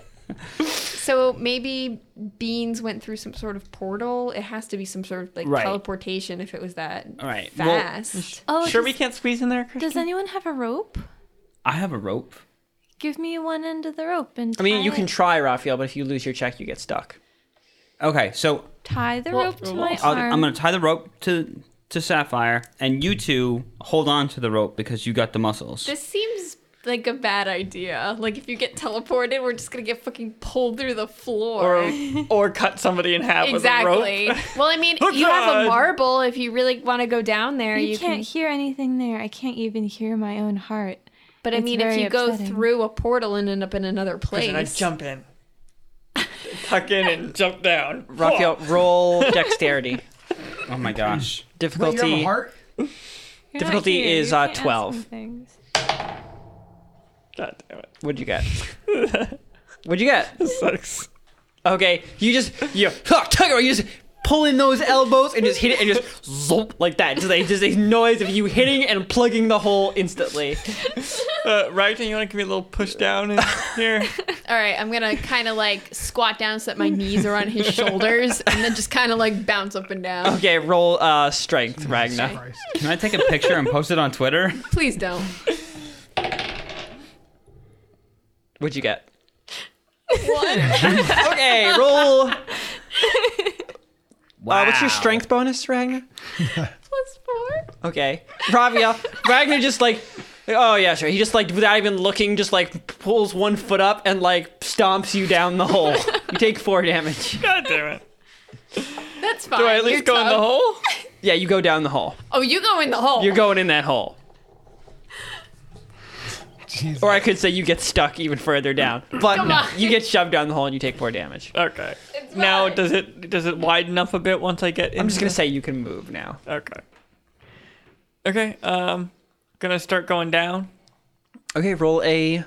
H: So maybe Beans went through some sort of portal. It has to be some sort of like
C: Right.
H: teleportation if it was that
C: Right, well-
H: fast.
G: Oh,
F: sure
G: does,
F: we can't squeeze in there. Christian?
G: does anyone have a rope?
C: I have a rope.
G: give me one end of the rope and
A: I mean, you
G: tie
A: can
G: it-
A: try, Raphael, but if you lose your check, you get stuck.
C: Okay, so
G: tie the rope to my
C: I'll,
G: arm.
C: I'm going to tie the rope to to Sapphire, and you two hold on to the rope because you got the muscles.
H: This seems like a bad idea. Like if you get teleported, we're just gonna get fucking pulled through the floor.
F: or or cut somebody in half
H: exactly.
F: with a rope.
H: well, I mean,
F: Oh,
H: you have
F: God.
H: a marble. If you really want to go down there,
G: you,
H: you,
G: can't
H: can.
G: hear anything there. I can't even hear my own heart.
H: But I
G: It's
H: mean, if
G: very
H: you
G: upsetting.
H: go through a portal and end up in another place,
F: And I jump in, tuck in, and jump down.
A: Raphael, roll dexterity.
C: oh my gosh.
E: Wait, you have a
A: Difficulty.
E: heart?
G: You're not
A: Difficulty
G: here. You
A: is, uh,
G: can't ask
A: 12.
G: me things.
F: God damn it,
A: What'd you get? What'd you get?
F: this sucks.
A: Okay, you just you huh, tug it, you just pull in those elbows and just hit it and just zomp like that. Just a, just a noise of you hitting and plugging the hole instantly.
F: Uh, Ryan, you want to give me a little push down in here?
H: all right, I'm gonna kind of like squat down so that my knees are on his shoulders, and then just kind of like bounce up and down.
A: Okay, roll uh strength, Ragna.
E: Christ.
C: Can I take a picture and post it on Twitter?
A: Uh,
H: Please don't.
A: What'd you get? One. okay, roll. Uh,
C: Wow.
A: what's your strength bonus, Ragna?
H: Plus four.
A: Okay. Ravia. Ragnar just like, oh yeah, sure. He just like, without even looking, just like pulls one foot up and like stomps you down the hole. You take four damage.
F: God damn it.
H: That's fine.
F: Do I at least
H: You're
F: go in the
H: tough.
F: hole?
A: Yeah, you go down the hole.
H: Oh, you go in the hole.
A: You're going in that hole.
E: Jesus.
A: Or I could say you get stuck even further down. But no, you get shoved down the hole and you take four damage.
F: Okay. Now does it does it widen up a bit once I get in?
A: I'm just gonna say you can move now.
F: Okay. Okay. Um, gonna start going down.
A: Okay, roll a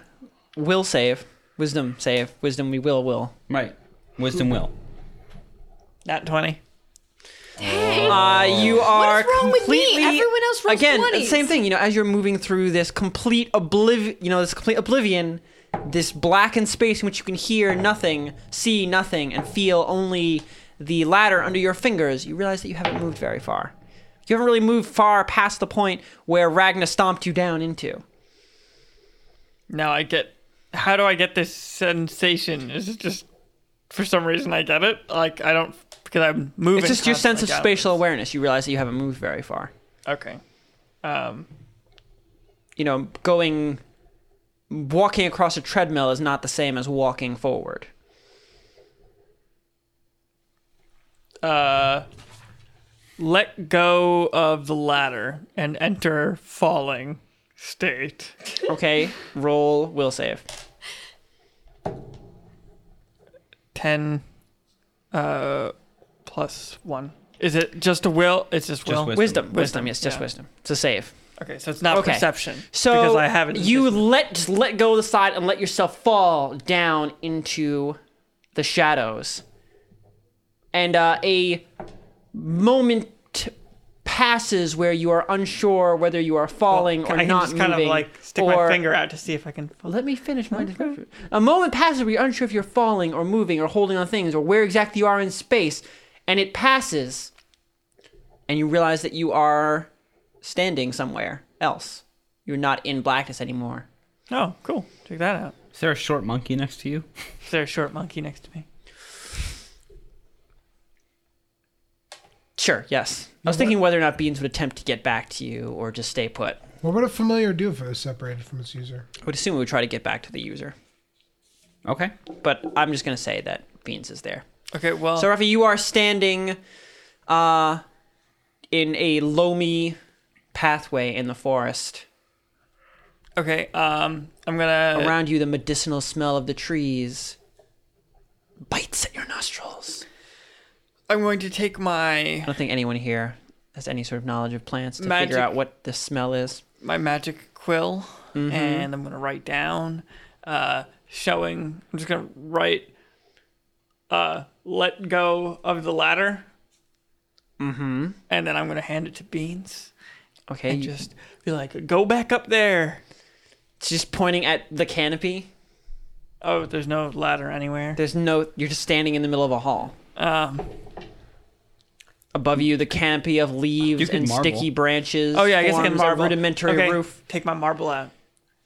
A: will save. Wisdom save. Wisdom we will will.
C: Right. Wisdom will.
F: Not twenty.
A: Uh, you are
H: wrong with me?
A: completely
H: Everyone else rolls
A: again
H: 20s.
A: same thing. You know, as you're moving through this complete obliv, you know, this complete oblivion, this blackened space in which you can hear nothing, see nothing, and feel only the ladder under your fingers. You realize that you haven't moved very far. You haven't really moved far past the point where Ragna stomped you down into.
F: Now I get. How do I get this sensation? Is it just for some reason I get it? Like I don't because I'm moving.
A: It's just your sense of
F: constantly.
A: spatial awareness. You realize that you haven't moved very far.
F: Got it. Okay. Um.
A: You know, going, walking across a treadmill is not the same as walking forward.
F: Uh. Let go of the ladder and enter falling state.
A: Okay, roll will save.
F: Ten. Uh, plus one. Is it just a will? It's just will.
C: Just wisdom.
A: Wisdom, wisdom, yes, just
F: yeah.
A: wisdom. It's a save.
F: Okay, so it's not
A: Okay.
F: perception.
A: So
F: because I haven't.
A: you let just let go of the side and let yourself fall down into the shadows. And uh, a moment passes where you are unsure whether you are falling or
F: I can
A: not
F: just
A: moving.
F: kind of like stick
A: or-
F: my finger out to see if I can. Fall.
A: Let me finish my description. A moment passes where you're unsure if you're falling or moving or holding on things or where exactly you are in space, and it passes, and you realize that you are standing somewhere else. You're not in blackness anymore.
F: Oh, cool. Check that out.
C: Is there a short monkey next to you?
F: Is there a short monkey next to me?
A: Sure, yes. I was thinking whether or not Beans would attempt to get back to you or just stay put.
E: What would a familiar do if it was separated from its user?
A: I would assume we would try to get back to the user,
C: Okay.
A: but I'm just going to say that Beans is there.
F: Okay, well,
A: So, Rafi, you are standing uh, in a loamy pathway in the forest.
F: okay. Um, I'm gonna.
A: Around you, the medicinal smell of the trees bites at your nostrils.
F: I'm going to take my
A: I don't think anyone here has any sort of knowledge of plants to
F: Magic.
A: figure out what the smell is.
F: my magic quill, and I'm gonna write down, uh, showing. I'm just gonna write. Uh, let go of the ladder. Mm-hmm. And then I'm gonna hand it to Beans
A: Okay,
F: and
A: you-
F: just be like, "Go back up there."
A: it's just pointing at the canopy.
F: Oh, there's no ladder anywhere.
A: There's no. You're just standing in the middle of a hall.
F: Um,
A: Above you, the canopy of leaves
C: can
A: and
C: marble.
A: sticky branches.
F: oh yeah, I guess I can
A: forms a
F: marble.
A: rudimentary
F: Okay,
A: roof.
F: Take my marble out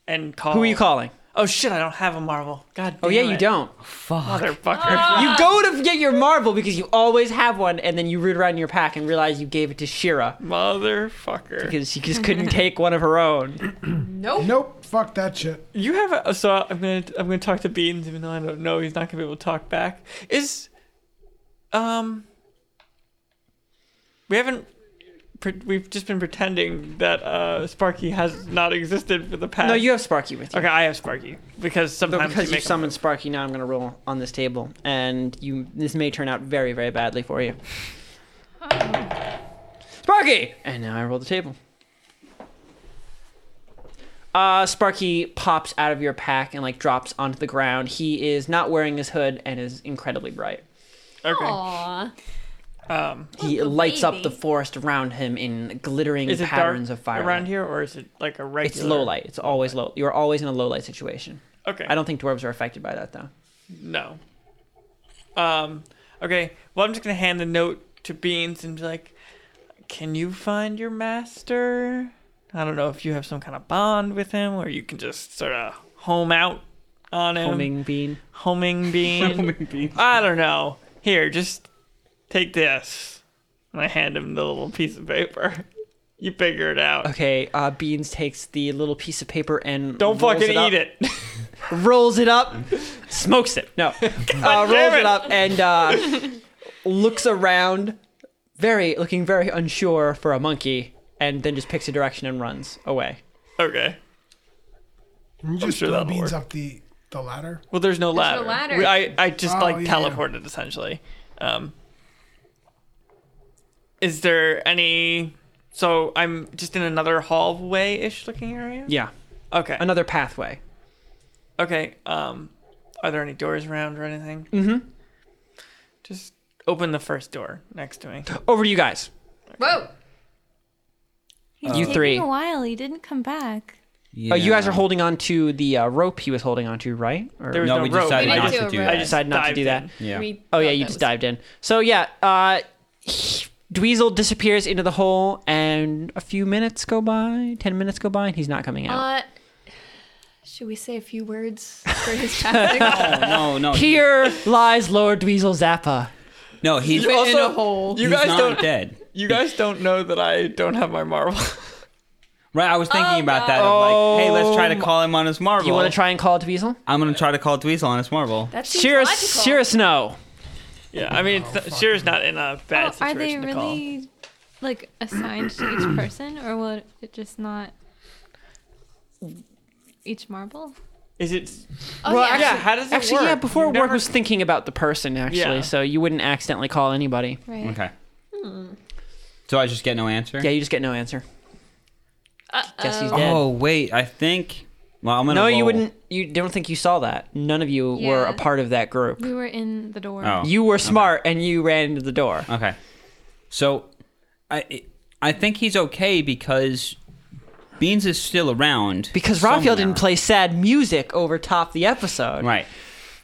F: and call.
A: Who are you calling?
F: Oh shit! I don't have a marvel. God.
A: Oh yeah,
F: damn
A: you
F: it. Ah.
A: don't.
F: Motherfucker.
A: You go to get your marble because you always have one, and then you root around in your pack and realize you gave it to Shira
F: Motherfucker.
A: because she just couldn't take one of her own.
E: Nope, fuck that shit.
F: You have a, so I'm gonna I'm gonna talk to Beans even though I don't know he's not gonna be able to talk back. Is um we haven't pre- we've just been pretending that uh Sparky has not existed for the past.
A: No, you have Sparky with you.
F: okay. I have Sparky because
A: But
F: sometimes
A: because
F: you
A: you
F: make
A: summoned Sparky, now I'm going to roll on this table, and you this may turn out very, very badly for you. Sparky, and now I roll the table. Uh, Sparky pops out of your pack and like drops onto the ground. He is not wearing his hood and is incredibly bright.
F: okay.
G: Aw.
F: Um,
A: He
G: Oh,
A: lights up
G: baby.
A: the forest around him in glittering
F: is it
A: patterns
F: dark
A: of fire.
F: around here or is it like a regular?
A: It's low light. It's always low. You're always in a low light situation.
F: Okay.
A: I don't think dwarves are affected by that though.
F: No. Um. Okay. Well, I'm just gonna hand the note to Beans and be like, "Can you find your master? I don't know if you have some kind of bond with him, or you can just sort of home out on him.
A: Homing bean.
F: homing bean. I don't know. Here, just take this. And I hand him the little piece of paper. You figure it out.
A: Okay, uh, Beans takes the little piece of paper and
F: Don't
A: rolls
F: fucking
A: up-
F: eat it.
A: Rolls it up, smokes it. No, uh, rolls
F: damn
A: it.
F: it.
A: up and uh, looks around, very looking very unsure for a monkey, and then just picks a direction and runs away.
F: okay.
E: Can you just
F: sure
E: throw
F: that'll
E: beans
F: work.
E: up the the ladder?
F: Well, there's no ladder.
H: ladder.
F: We- I, I just
E: Oh,
F: like
E: yeah.
F: teleported essentially. Um, is there any? So I'm just in another hallway-ish looking area.
A: Yeah,
F: Okay.
A: another pathway.
F: okay. Um, are there any doors around or anything? Mm-hmm. Just open the first door next to me.
A: Over to you guys.
H: Whoa.
G: He's
A: You
G: taking
A: three.
G: a while. He didn't come back.
A: Uh, you guys are holding on to the uh, rope he was holding on to, right? Or
F: There was
C: No,
F: no
C: we
F: rope.
C: decided
H: We
C: not
H: didn't
C: to do
H: do a
C: that.
H: rope.
A: I decided not to
F: Dived
A: do that.
F: in.
C: Yeah.
H: We
A: Oh
H: thought
A: yeah, you
H: that
A: just
H: was-
A: dived in. So yeah, uh, Dweezil disappears into the hole, and a few minutes go by, ten minutes go by, and he's not coming out.
H: Uh, should we say a few words for his passing?
C: Oh, No, no.
A: Here lies Lord Dweezil Zappa.
C: no, he's
F: You also-
C: in a hole.
F: you
C: he's
F: guys
C: not
F: don't-
C: dead.
F: You guys don't know that I don't have my marble.
C: Right, I was thinking about that. I'm like, hey, let's try to call him on his marble.
A: Oh, You want to try and call Dweezil?
C: I'm gonna try to call Dweezil on his marble.
H: That's
A: Sheer, sheer snow.
F: yeah, I mean, it's not, Shira's not in a bad
G: Oh, are they
F: situation to call.
G: really like assigned to each person, or will it just not each marble?
F: Is it?
H: Oh,
A: Well,
H: yeah.
A: actually-
F: Yeah. How does it
A: Actually,
F: work?
A: yeah. Before
F: You
A: work
F: never-
A: was thinking about the person actually,
F: Yeah.
A: so you wouldn't accidentally call anybody.
G: Right.
C: Okay. So I just get no answer.
A: Yeah, you just get no answer. Guess he's dead.
C: Oh wait, I think. Well, I'm gonna.
A: no,
C: roll.
A: you wouldn't. You don't think you saw that. None of you were
H: Yeah.
A: a part of that group.
G: We were in the door.
C: Oh.
A: You were smart, and you ran into the door.
C: Okay. So, I I think he's okay because Beans is still around.
A: Because Raphael didn't
C: somewhere.
A: play sad music over top the episode.
C: Right.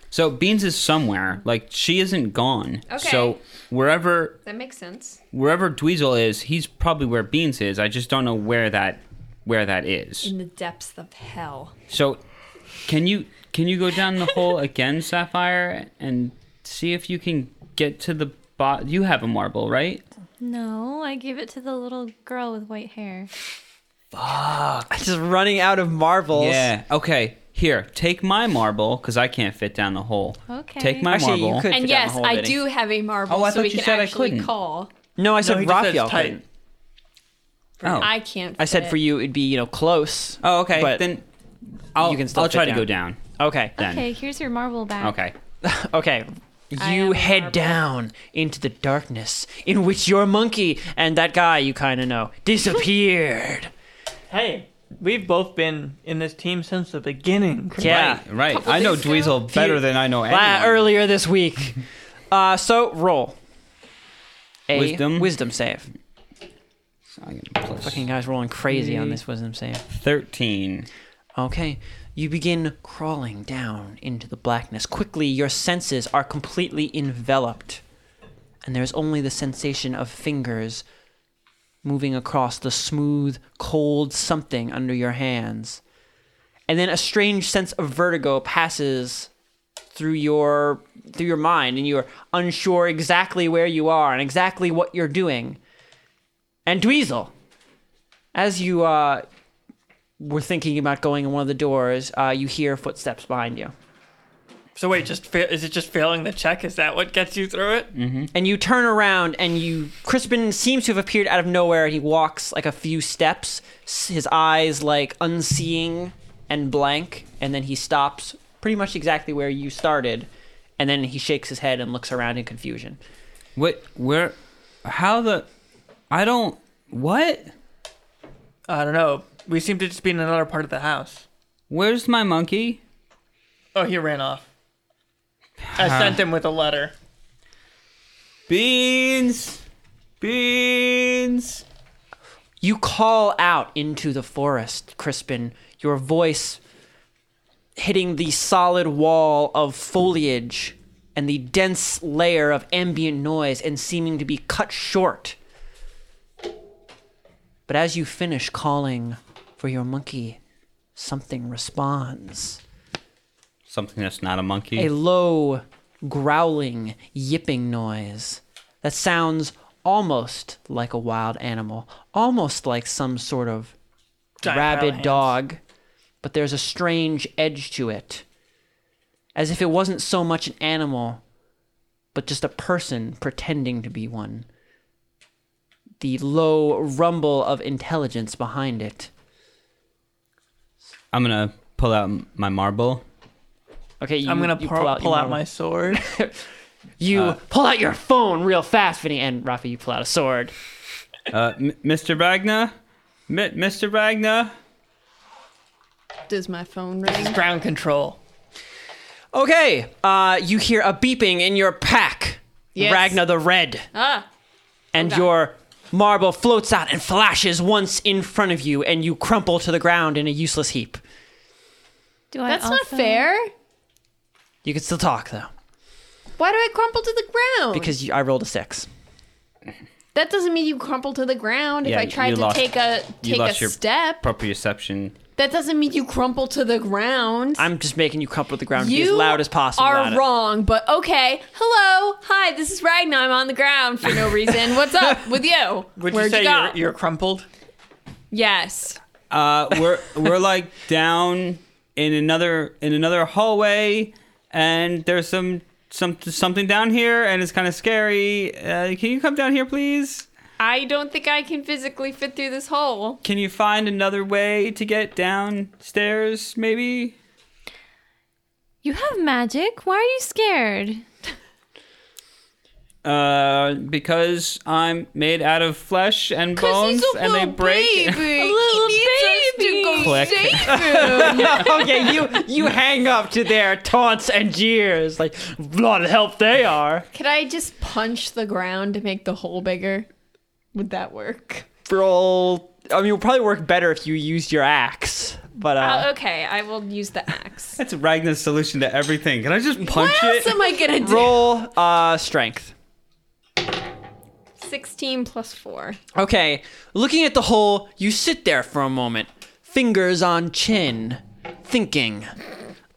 C: So Beans is somewhere. Like she isn't gone.
H: Okay.
C: So wherever
H: That makes sense.
C: wherever Dweezil is, he's probably where Beans is. I just don't know where that where that is.
H: In the depths of hell.
C: So can you can you go down the hole again, Sapphire, and see if you can get to the bot? You have a marble, right?
G: No, I gave it to the little girl with white hair.
A: Just running out of marbles.
C: Yeah. Okay. Here, take my marble because I can't fit down the hole.
G: Okay.
C: Take my
A: Actually, you
C: marble.
A: could-
H: And
A: Forgotten
H: yes,
A: whole
H: I
A: bitty.
H: do have a marble,
C: Oh, I
H: so we
C: thought you
H: can
C: said I
H: actually
C: couldn't.
H: call.
A: No, I said
F: he just said
A: Raphael.
F: it's tight.
A: couldn't.
C: Oh.
H: I can't.
A: I said
H: fit.
A: for you, it'd be you know close.
C: Oh, okay.
A: But-
C: then I'll,
A: You can still
C: I'll try
A: fit
C: to go down.
A: Okay.
C: Then.
G: Okay, here's your marble back.
C: Okay.
A: Okay. You
H: am a
A: head
H: marble.
A: down into the darkness in which your monkey and that guy you kind of know disappeared.
F: Hey, we've both been in this team since the beginning.
A: yeah.
C: Right. right. I know Dweezil better than I know anyone.
A: La- earlier this week. Uh, so roll. A
C: Wisdom?
A: Wisdom save.
C: I got a plus
A: Fucking guys rolling crazy on this wisdom save.
C: Thirteen.
A: Okay, you begin crawling down into the blackness. Quickly, your senses are completely enveloped, and there's only the sensation of fingers moving across the smooth, cold something under your hands. and then a strange sense of vertigo passes through your through your mind and you're unsure exactly where you are and exactly what you're doing. And Dweezil, as you uh, were thinking about going in one of the doors, uh, you hear footsteps behind you.
F: So wait, just fa- is it just failing the check? Is that what gets you through it?
A: and you turn around and you crispin seems to have appeared out of nowhere and he walks like a few steps s- his eyes like unseeing and blank and then he stops pretty much exactly where you started and then he shakes his head and looks around in confusion
C: Wait, where? How the? I don't. What?
F: I don't know. We seem to just be in another part of the house.
C: Where's my monkey?
F: Oh, he ran off. I
A: Uh-huh.
F: sent him with a letter.
C: Beans. Beans.
A: you call out into the forest crispin your voice hitting the solid wall of foliage and the dense layer of ambient noise and seeming to be cut short. But as you finish calling for your monkey, something responds.
C: Something that's not a monkey.
A: A low, growling, yipping noise that sounds almost like a wild animal, almost like some sort of
F: Giant
A: rabid
F: Valahans.
A: dog, but there's a strange edge to it. As if it wasn't so much an animal, but just a person pretending to be one. The low rumble of intelligence behind it.
C: I'm gonna pull out m- my marble.
A: Okay, you,
F: I'm gonna
A: you
F: pull, pull out,
A: your normal-
F: my uh, sword.
A: You pull out your phone real fast, Vinny, and Rafa, you pull out a sword.
C: Uh, M- Mr. Bagna. M- Mr. Bagna.
H: Does my phone ring?
F: Ground control.
A: Okay, uh, you hear a beeping in your pack,
H: Yes.
A: Ragna the Red.
H: Ah,
A: and your marble floats out and flashes once in front of you, and you crumple to the ground in a useless heap.
B: Do I
H: that's not
B: also-
H: fair.
A: You can still talk though,
H: Why do I crumple to the ground?
A: because you, I rolled a six.
H: that doesn't mean you crumple to the ground.
C: Yeah,
H: if I
C: you
H: tried to
C: lost-
H: take a
C: you
H: take a
C: lost your
H: step,
C: Proprioception.
H: that doesn't mean you crumple to the ground.
A: I'm just making you crumple to the ground.
H: you
A: be as loud as possible.
H: are
A: about it.
H: wrong, but okay. Hello, hi. This is Ragnar. I'm on the ground for no reason. What's up with you?
F: Would you
H: Where'd
F: say
H: you go?
F: are you're crumpled?
H: yes.
C: Uh, we're we're like down in another in another hallway, and there's some some something down here, and it's kind of scary. Uh, can you come down here, please?
H: I don't think I can physically fit through this hole.
C: Can you find another way to get downstairs, maybe?
B: You have magic. Why are you scared?
C: Uh, because I'm made out of flesh and bones,
H: He's a
C: and they
H: little
C: break.
H: Baby. a little baby. to go
C: Click.
H: save him.
A: okay, you you hang up to their taunts and jeers. Like a lot of help they are.
H: Could I just punch the ground to make the hole bigger? Would that work?
A: Roll. I mean, it'll probably work better if you used your axe. But uh,
H: Uh, okay, I will use the axe.
C: That's Ragnar's solution to everything. Can I just punch
H: what else
C: it?
H: am I gonna do?
A: roll uh, strength.
H: 16 plus 4.
A: Okay, looking at the hole, you sit there for a moment, fingers on chin, thinking.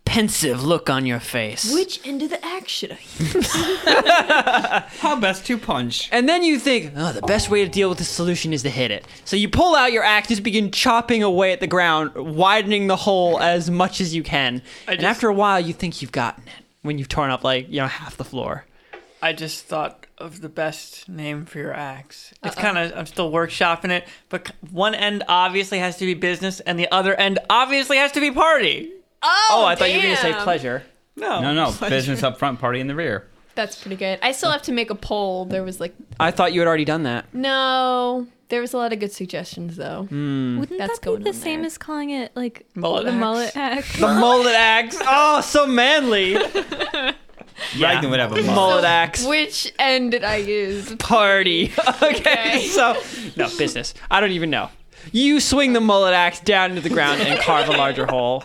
A: Pensive look on your face.
H: Which end of the axe should I use?
C: How best to punch?
A: and then you think, oh, the best way to deal with this solution is to hit it. So you pull out your axe, just begin chopping away at the ground, widening the hole as much as you can. and
F: just-
A: after a while, you think you've gotten it when you've torn up, like, you know, half the floor.
F: I just thought of the best name for your axe. It's kind of I'm still workshopping it, but c- one end obviously has to be business, and the other end obviously has to be party.
H: Oh,
A: Oh, I thought you were going to say
H: damn.
A: pleasure.
F: No,
C: No, no. Business up front, party in the rear.
H: That's pretty good. I still have to make a poll. There was like,
A: I thought you had already done that.
H: no. There was a lot of good suggestions though.
A: Hmm.
B: Wouldn't
H: That's
B: that be
H: going
B: the
H: on
B: same
H: there.
B: as calling it like
F: Mullet
B: the
F: axe.
B: mullet axe?
A: The mullet axe. Oh, so manly.
C: Ragnar would have a mullet.
A: mullet axe.
H: Which end did I use?
A: party. Okay, so no business. I don't even know. You swing the mullet axe down into the ground and carve a larger hole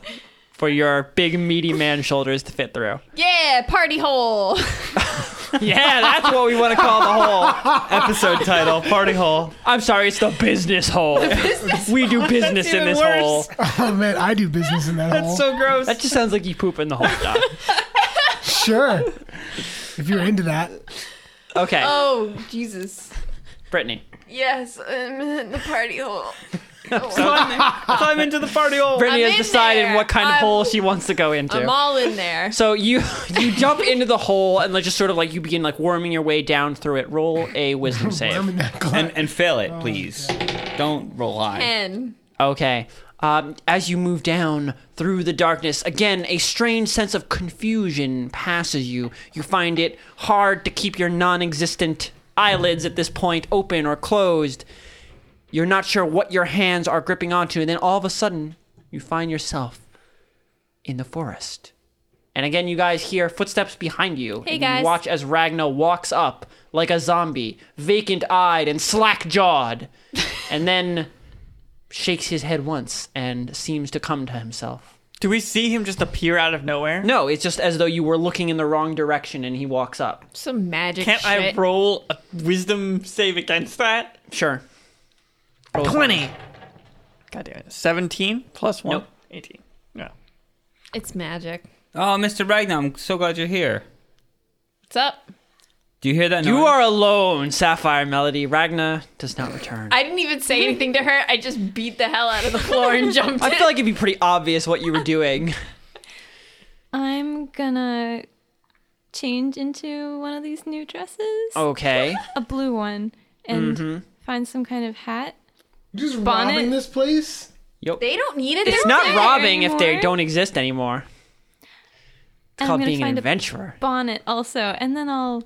A: for your big meaty man shoulders to fit through.
H: Yeah, party hole.
A: Yeah, that's what we want to call the hole.
C: Episode title: Party Hole.
A: I'm sorry, it's the business hole. we do business in
C: even
A: this
C: worse.
A: hole.
E: Oh man, I do business in that hole.
C: That's so gross.
A: That just sounds like you poop in the hole. Doc.
E: sure. If you're into that,
A: Okay,
H: Oh, Jesus.
A: Brittany.
H: Yes, I'm in the party hole.
C: Climb into the party hole.
A: Brittany
H: I'm
A: has
H: in
A: decided
H: there.
A: what kind of
H: I'm-
A: hole she wants to go into.
H: I'm all in there.
A: so you you jump into the hole and like just sort of like you begin like worming your way down through it. Roll a wisdom
E: I'm in
A: save.
E: that club.
C: And and fail it, please. Don't roll high.
H: And
A: Okay. Um, as you move down through the darkness, again a strange sense of confusion passes you. You find it hard to keep your non-existent eyelids at this point open or closed. You're not sure what your hands are gripping onto, and then all of a sudden, you find yourself in the forest. And again, you guys hear footsteps behind you. Hey and
G: guys.
A: You watch as Ragna walks up like a zombie, vacant eyed and slack jawed, and then shakes his head once and seems to come to himself.
F: Do we see him just appear out of nowhere?
A: No, it's just as though you were looking in the wrong direction and he walks up.
H: some magic
F: Can't I
H: shit.
F: roll a wisdom save against that?
A: Sure.
F: 20. God damn it. 17 plus 1.
A: Nope.
F: 18. No.
H: it's magic.
C: Oh, Mr. Ragnar, I'm so glad you're here.
H: What's up?
C: Do you hear that?
A: You
C: noise?
A: are alone, Sapphire Melody. Ragna does not return.
H: I didn't even say anything to her. I just beat the hell out of the floor and jumped
A: I
H: in.
A: feel like it'd be pretty obvious what you were doing.
B: I'm gonna change into one of these new dresses,
A: Oh. Okay.
B: a blue one, and
A: Mm-hmm.
B: find some kind of hat.
E: just
H: bonnet.
E: robbing this place.
H: they don't need it.
A: It's
H: They're
A: not
H: okay.
A: robbing if they
B: anymore.
A: don't exist anymore. It's
B: I'm
A: called
B: gonna
A: being an
B: find a-
A: adventurer.
B: bonnet also, and then I'll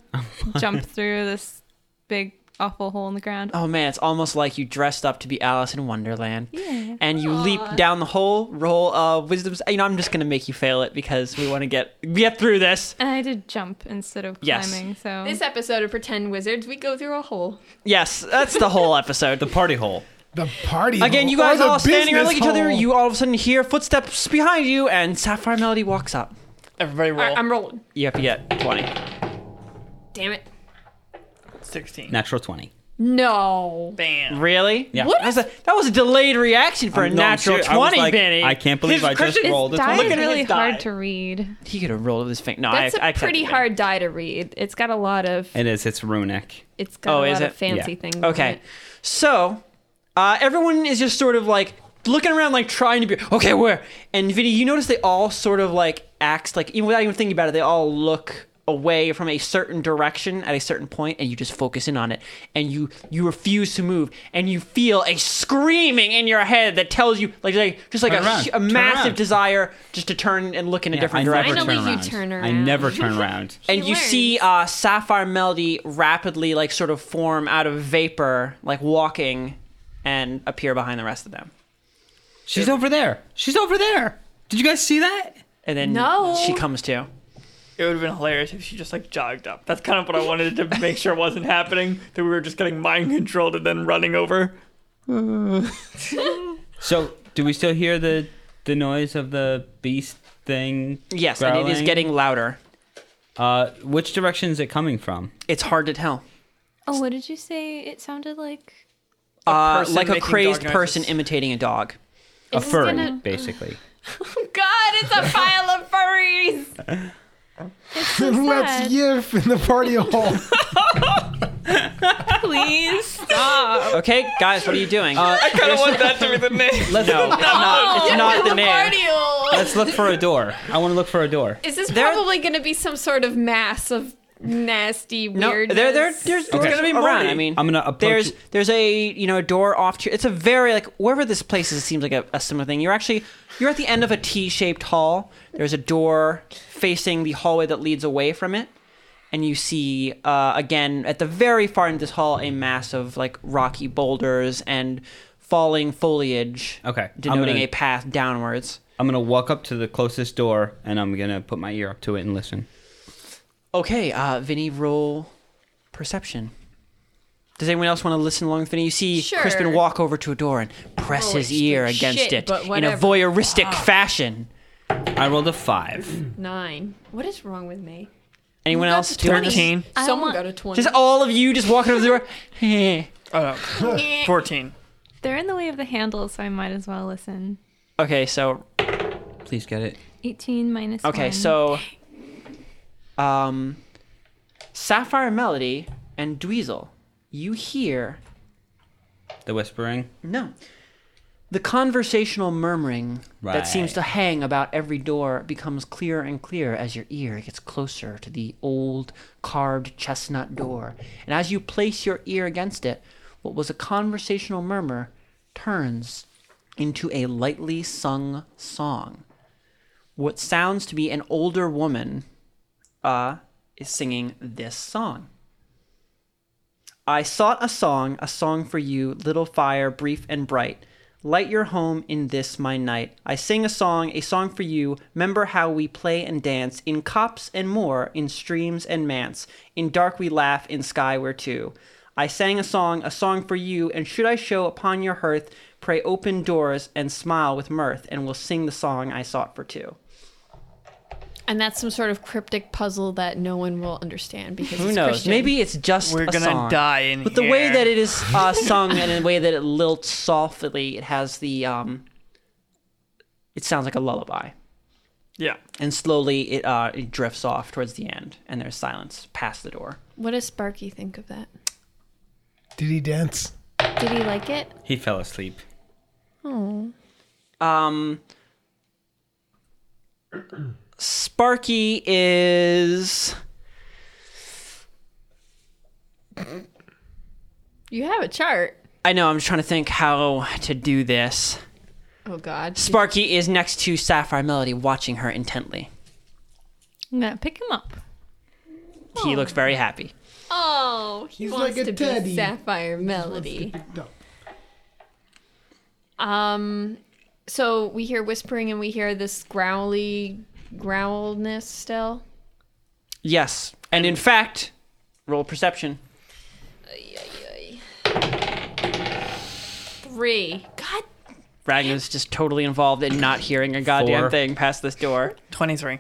B: jump through this big awful hole in the ground.
A: Oh man, it's almost like you dressed up to be Alice in Wonderland.
B: Yeah.
A: And you leap down the hole, roll uh wisdom's you know, I'm just gonna make you fail it because we wanna get get through this.
B: And I did jump instead of
A: Yes.
B: climbing, so
H: This episode of Pretend Wizards, we go through a hole.
A: Yes, that's the whole episode.
C: the party hole.
E: The party
A: Again,
E: hole
A: you guys
E: or the
A: all standing around like each
E: business
A: other,
E: hole.
A: you all of a sudden hear footsteps behind you and Sapphire Melody walks up.
F: Everybody roll.
H: All right, I'm rolling.
A: You have to get twenty.
H: Damn it.
F: 16.
C: Natural twenty.
H: No.
F: Bam.
A: Really?
C: Yeah.
H: What
A: That was a, that was a delayed reaction for a
C: No, I'm
A: natural
C: serious. I was
A: twenty,
C: like,
A: Benny.
C: I can't believe
F: His
C: I just
F: Christian-
C: rolled a
B: This
A: Oh
B: die
F: Look
B: is
F: at
C: twenty.
F: his
B: really
F: die.
B: hard to read.
A: He could have rolled with his finger. No,
H: That's
A: I,
H: a
A: I accept
H: pretty
A: it.
H: hard die to read. It's got a lot of
C: It is. It's runic.
H: it's got
A: Oh,
H: a
A: is
H: lot
A: it?
H: of fancy
C: Yeah.
H: things. on
A: Okay.
H: it.
A: So, uh, everyone is just sort of like looking around, like trying to be okay. Where? And Vinny, you notice they all sort of like acts like even without even thinking about it, they all look away from a certain direction at a certain point, and you just focus in on it, and you you refuse to move, and you feel a screaming in your head that tells you like like just like
C: Turn
A: a,
C: around.
A: hu- a
C: Turn
A: massive
C: around.
A: desire just to turn and look in a different
C: I
A: direction.
C: never
H: Finally,
C: turn
H: you
C: around.
H: turn
C: I
H: around.
C: never turn around.
A: and you see uh, Sapphire Melody rapidly, like, sort of form out of vapor, like walking, and appear behind the rest of them.
C: She's over there. She's over there. Did you guys see that?
A: And then
H: No.
A: she comes to.
F: It would have been hilarious if she just like jogged up. That's kind of what I wanted to make sure wasn't happening. That we were just getting mind controlled and then running over.
C: So, do we still hear the the noise of the beast thing?
A: Yes, and it is
C: growling?
A: getting louder.
C: Uh, which direction is it coming from?
A: It's hard to tell.
B: Oh, what did you say? It sounded like
A: Uh,
F: person
A: like a
F: making
A: crazed
F: dog
A: person
F: noises.
A: imitating a dog.
C: A furry,
B: gonna-
C: basically.
H: God, it's a pile of furries.
E: Let's yiff in the party hole.
B: please stop.
A: Okay, guys, what are you doing? Uh,
F: I kind of want that to be the name.
C: Let's
A: no, it's not, it's not the name.
H: Party hole.
C: Let's look for a door. I want to look for a door.
H: Is this
A: There-
H: probably going to be some sort of mass of nasty
A: No, there,
H: weirdness?
A: there, there's doors
C: Okay.
A: gonna be
F: Morty.
A: around. I mean,
C: I'm gonna approach
A: There's,
C: you-
A: there's a you know a door off to. It's a very like wherever this place is. It seems like a, a similar thing. You're actually you're at the end of a T-shaped hall. There's a door facing the hallway that leads away from it, and you see uh, again at the very far end of this hall a mass of like rocky boulders and falling foliage.
C: Okay, I'm
A: denoting
C: gonna-
A: a path downwards.
C: I'm gonna walk up to the closest door and I'm gonna put my ear up to it and listen.
A: Okay, uh, Vinny, roll perception. Does anyone else want to listen along with Vinny? You see
H: Sure.
A: Crispin walk over to a door and press
H: Oh,
A: his
H: it's
A: ear
H: like
A: against
H: shit,
A: it
H: but
A: in a
H: whatever. Ah.
A: voyeuristic fashion.
C: I rolled a five.
H: Nine. What is wrong with me?
A: Anyone else? doing this?
F: 13.
G: I
H: Someone
G: want-
H: got a 20.
A: Just all of you just walking over the door. Hey.
F: Oh, no. 14.
G: They're in the way of the handle, so I might as well listen.
A: okay, so
C: Please get it.
G: 18 minus
A: okay,
G: one.
A: so um, Sapphire Melody and Dweezil, you hear
C: The whispering.
A: No. The conversational murmuring that seems
C: Right.
A: to hang about every door becomes clearer and clearer as your ear gets closer to the old carved chestnut door. And as you place your ear against it, what was a conversational murmur turns into a lightly sung song. What sounds to be an older woman uh, is singing this song. I sought a song, a song for you, little fire, brief and bright. Light your home in this my night. I sing a song, a song for you. Remember how we play and dance in copse and moor, in streams and manse. In dark we laugh, in sky we're two. I sang a song, a song for you, and should I show upon your hearth, pray open doors and smile with mirth, and will sing the song I sought for two.
H: and that's some sort of cryptic puzzle that no one will understand because
A: Who
H: it's
A: knows?
H: Christian.
A: Maybe it's just
F: We're
A: a
F: gonna
A: song.
F: die in
A: But the way
F: here.
A: that it is uh, sung and in the way that it lilts softly, it has the um, it sounds like a lullaby,
F: Yeah.
A: and slowly it uh, it drifts off towards the end, and there's silence past the door.
H: What does Sparky think of that?
E: Did he dance?
H: Did he like it?
C: He fell asleep.
A: Um, Sparky is
H: You have a chart.
A: I know I'm just trying to think how to do this.
H: Oh God.
A: Sparky is next to Sapphire Melody, watching her intently.
G: I'm gonna pick him up.
A: He looks very happy.
H: Oh, he
E: He's
H: wants
E: like a
H: to
E: teddy.
H: be Sapphire Melody.
E: No.
H: Um, so we hear whispering and we hear this growly growlness still.
A: Yes, and in fact, roll perception.
H: Three. God.
A: Ragnar's just totally involved in not hearing a goddamn
C: Four.
A: thing past this door.
F: 23.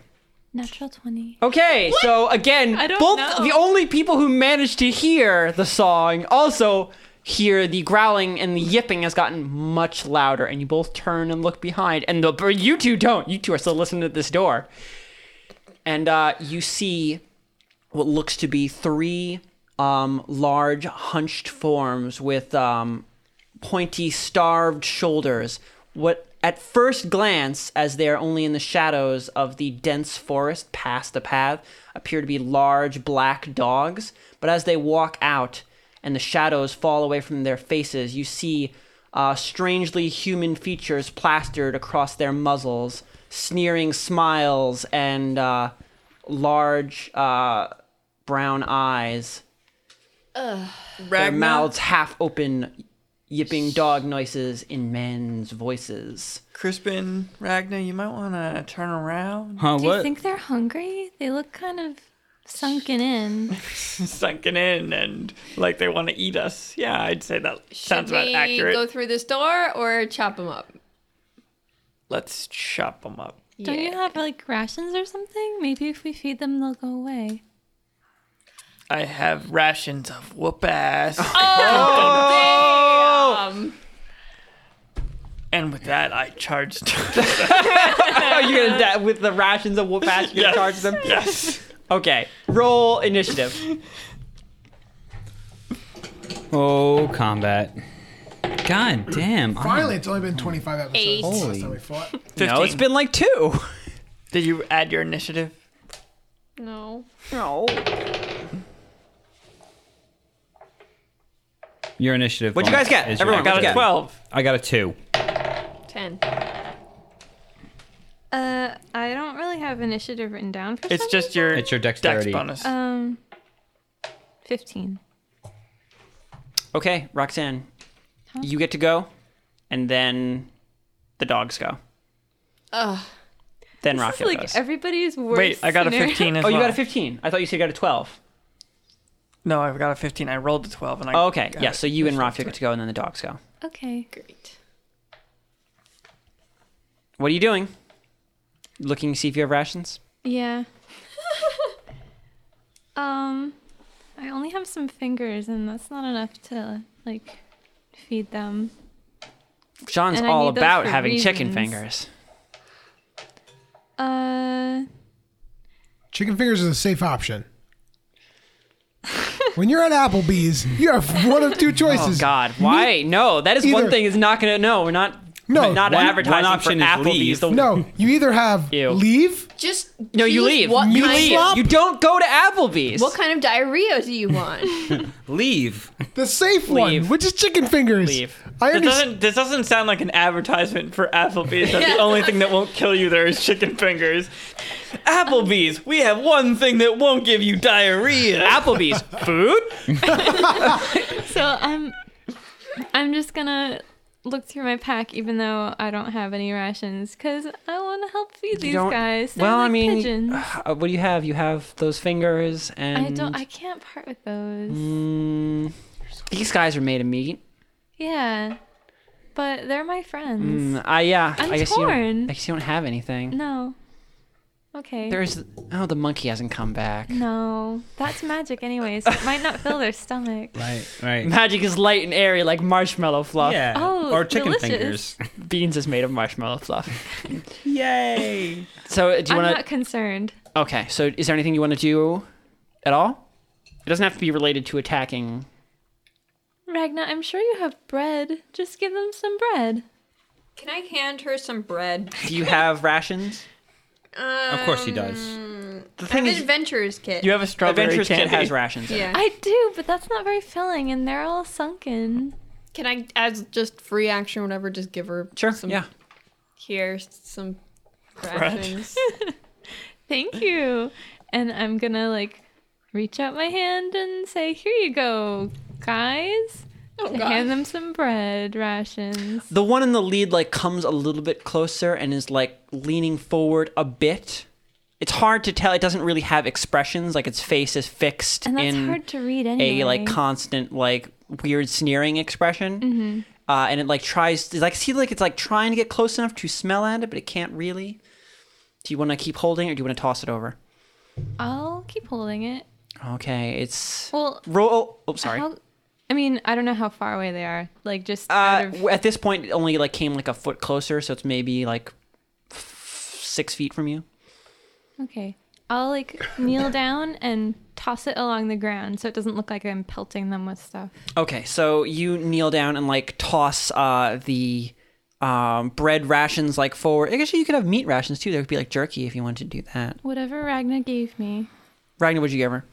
G: Natural 20.
A: Okay, so again,
G: I don't
A: both
G: know.
A: the only people who managed to hear the song also hear the growling and the yipping has gotten much louder, and you both turn and look behind, and the but you two don't. You two are still listening to this door, and uh, you see what looks to be three um, large, hunched forms with um, pointy, starved shoulders. What, at first glance, as they are only in the shadows of the dense forest past the path, appear to be large black dogs. But as they walk out and the shadows fall away from their faces, you see uh, strangely human features plastered across their muzzles, sneering smiles, and uh, large uh, brown eyes their mouths half open, yipping dog noises in men's voices.
F: Crispin, Ragna, you might want to turn around.
C: Huh?
G: Do
C: what?
G: you think they're hungry? They look kind of sunken in.
F: Sunken in and like they want to eat us. Yeah, I'd say that sounds
H: Should
F: about
H: we
F: accurate.
H: Go through this door or chop him up.
F: Let's chop them up.
G: Don't you have like rations or something? Maybe if we feed them, they'll go away.
F: I have rations of whoop ass.
H: Oh,
F: And with that, I charged.
A: Oh, you're gonna die with the rations of whoop ass. You're gonna charge them.
F: yes.
A: Okay, roll initiative.
C: Oh, combat. God damn. I'm-
E: Finally, it's only been 25 episodes
H: Eight.
E: since the
C: Holy.
E: last time we fought.
F: 15.
A: No, Oh, it's been like two.
F: Did you add your initiative?
H: No.
A: No.
C: Your initiative.
A: What'd you guys get?
C: is your
A: Everyone got a
C: initiative.
A: 12.
C: I got a two.
H: Ten.
G: Uh, I don't really have initiative written down for
F: It's
G: something.
F: just your
C: It's your
F: dex
C: dexterity.
F: bonus.
G: Um, 15.
A: Okay, Roxanne, you get to go, and then the dogs go.
H: Ugh.
A: Then
G: This is
A: Rocket
G: like
A: goes.
G: everybody's worst.
F: Wait, I got a
G: scenario.
F: 15
A: oh,
F: as well.
A: you got a 15. I thought you said you got a 12.
F: No, I got a 15. I rolled a 12 and I.
A: Oh, okay,
F: got
A: yeah.
F: it.
A: So you and Rocket get to go, and then the dogs go.
G: Okay.
H: Great.
A: What are you doing? Looking to see if you have rations.
G: Yeah. Um, I only have some fingers, and that's not enough to like feed them.
A: John's
G: And I
A: all
G: need those
A: about
G: for
A: having chicken
G: reasons.
A: fingers.
G: Uh,
E: Chicken fingers is a safe option. when you're at Applebee's, you have one of two choices.
A: Oh, God, why? No, that is one
E: Either-
A: thing. Is not going to. No, we're not.
E: No.
A: not
E: One-
A: advertising
C: one option
A: for
C: is
A: Applebee's.
C: leave.
A: The-
E: No, you either have
A: Ew.
E: leave.
H: Just
A: no, you
H: choose
A: leave.
H: What
A: you
H: kind
A: leave.
H: Of,
A: You don't go to Applebee's.
H: what kind of diarrhea do you want?
C: Leave.
E: The safe
A: Leave.
E: one, which is chicken fingers.
A: Leave.
E: I
F: This
E: understand.
F: doesn't, this doesn't sound like an advertisement for Applebee's. That's the only thing that won't kill you there is chicken fingers. Applebee's, we have one thing that won't give you diarrhea.
A: Applebee's food?
G: so I'm, I'm just gonna look through my pack, even though I don't have any rations, cause I want to help feed these
A: don't-
G: guys. They're
A: well,
G: like
A: I mean,
G: pigeons.
A: uh, what do you have? You have those fingers and
G: I don't. I can't part with those.
A: Mm, these guys are made of meat.
G: Yeah, but they're my friends.
A: Mm, I yeah.
G: I'm
A: I guess you. Don't,
G: torn.
A: I guess you don't have anything.
G: No. Okay.
A: There's oh the monkey hasn't come back.
G: No, that's magic, anyways. It might not fill their stomach.
C: Right, right.
A: Magic is light and airy like marshmallow fluff.
C: Yeah.
G: Oh,
C: or chicken
G: delicious.
C: fingers.
A: Beans is made of marshmallow fluff.
C: Yay.
A: So do you
G: I'm
A: want to?
G: not concerned.
A: Okay. So is there anything you want to do at all? It doesn't have to be related to attacking.
G: Ragna, I'm sure you have bread. Just give them some bread.
I: Can I hand her some bread?
A: Do you have rations?
G: Um,
C: Of course he does.
I: The
H: An adventurer's kit.
F: You have a strawberry
A: Adventurous
F: candy.
A: Kid has rations. in it.
H: yeah.
G: I do, but that's not very filling, and they're all sunken.
H: Can I, as just free action, or whatever, just give her
A: Sure.
H: Some,
A: yeah.
H: Here, some rations.
G: Thank you. And I'm gonna like reach out my hand and say, "Here you go, guys."
A: Oh,
H: Oh,
G: and hand them some bread rations.
A: The one in the lead like comes a little bit closer and is like leaning forward a bit. It's hard to tell. It doesn't really have expressions. Like its face is fixed
G: And that's
A: in
G: hard to read anyway.
A: a like constant like weird sneering expression.
G: Mm-hmm.
A: Uh, and it like tries to like see like it's like trying to get close enough to smell at it, but it can't really. Do you want to keep holding or do you want to toss it over?
G: I'll keep holding it.
A: Okay, it's
G: Well,
A: roll. Oh, sorry.
G: How, I mean, I don't know how far away they are. Like just out
A: Uh,
G: of,
A: w- at this point, it only like came like a foot closer, so it's maybe like f- six feet from you.
G: okay. I'll like kneel down and toss it along the ground so it doesn't look like I'm pelting them with stuff.
A: Okay, so you kneel down and like toss uh, the um, bread rations like forward. I guess you could have meat rations too. There could be like jerky if you wanted to do that.
G: Whatever Ragna gave me.
A: Ragnar, would you give her?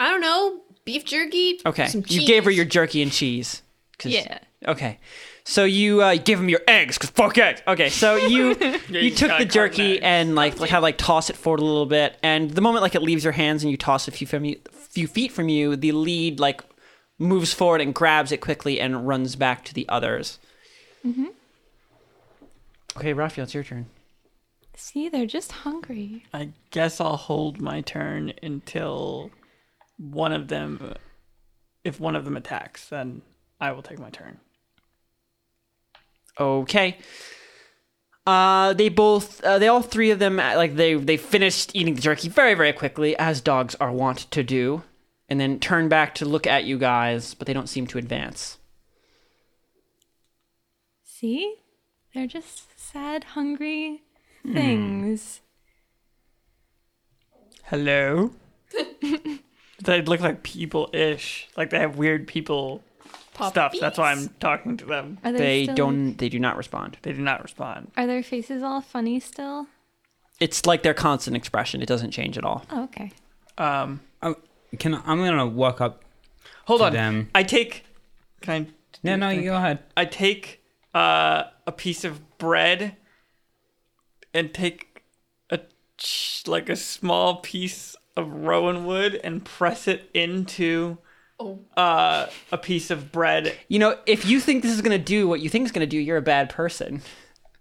H: I don't know, beef jerky.
A: Okay,
H: some
A: you gave her
H: cheese.
A: your jerky and cheese. 'Cause-
G: Yeah.
A: Okay, so you uh, give him your eggs because fuck eggs. Okay, so you you
F: just
A: took
F: gotta
A: the
F: carve
A: jerky
F: eggs.
A: and like like, kind of like toss it forward a little bit, and the moment like it leaves your hands and you toss it a few from you, few feet from you, the lead like moves forward and grabs it quickly and runs back to the others. Mm-hmm. Okay, Raphael, it's your turn.
G: See, they're just hungry.
F: I guess I'll hold my turn until one of them, if one of them attacks, then I will take my turn.
A: Okay. Uh, they both, uh, they all three of them, uh, like they they finished eating the jerky very very quickly, as dogs are wont to do, and then turn back to look at you guys, but they don't seem to advance.
G: See? They're just sad, hungry
F: Hmm.
G: things.
F: Hello? they look like people ish. Like they have weird people stuff. That's why I'm talking to them.
G: Are they,
A: They
G: still-
A: don't, they do not respond.
F: They do not respond.
G: Are their faces all funny still?
A: It's like their constant expression; it doesn't change at all.
G: Oh, okay.
F: Um,
C: I'm, Oh, can I, I'm gonna walk up.
F: hold
C: To
F: on.
C: them.
F: I take. Can I
C: No, no, you go ahead.
F: I take uh, a piece of bread and take a ch- like a small piece of rowan wood and press it into
G: Oh.
F: uh, a piece of bread.
A: You know, if you think this is gonna do what you think it's gonna do, you're a bad person.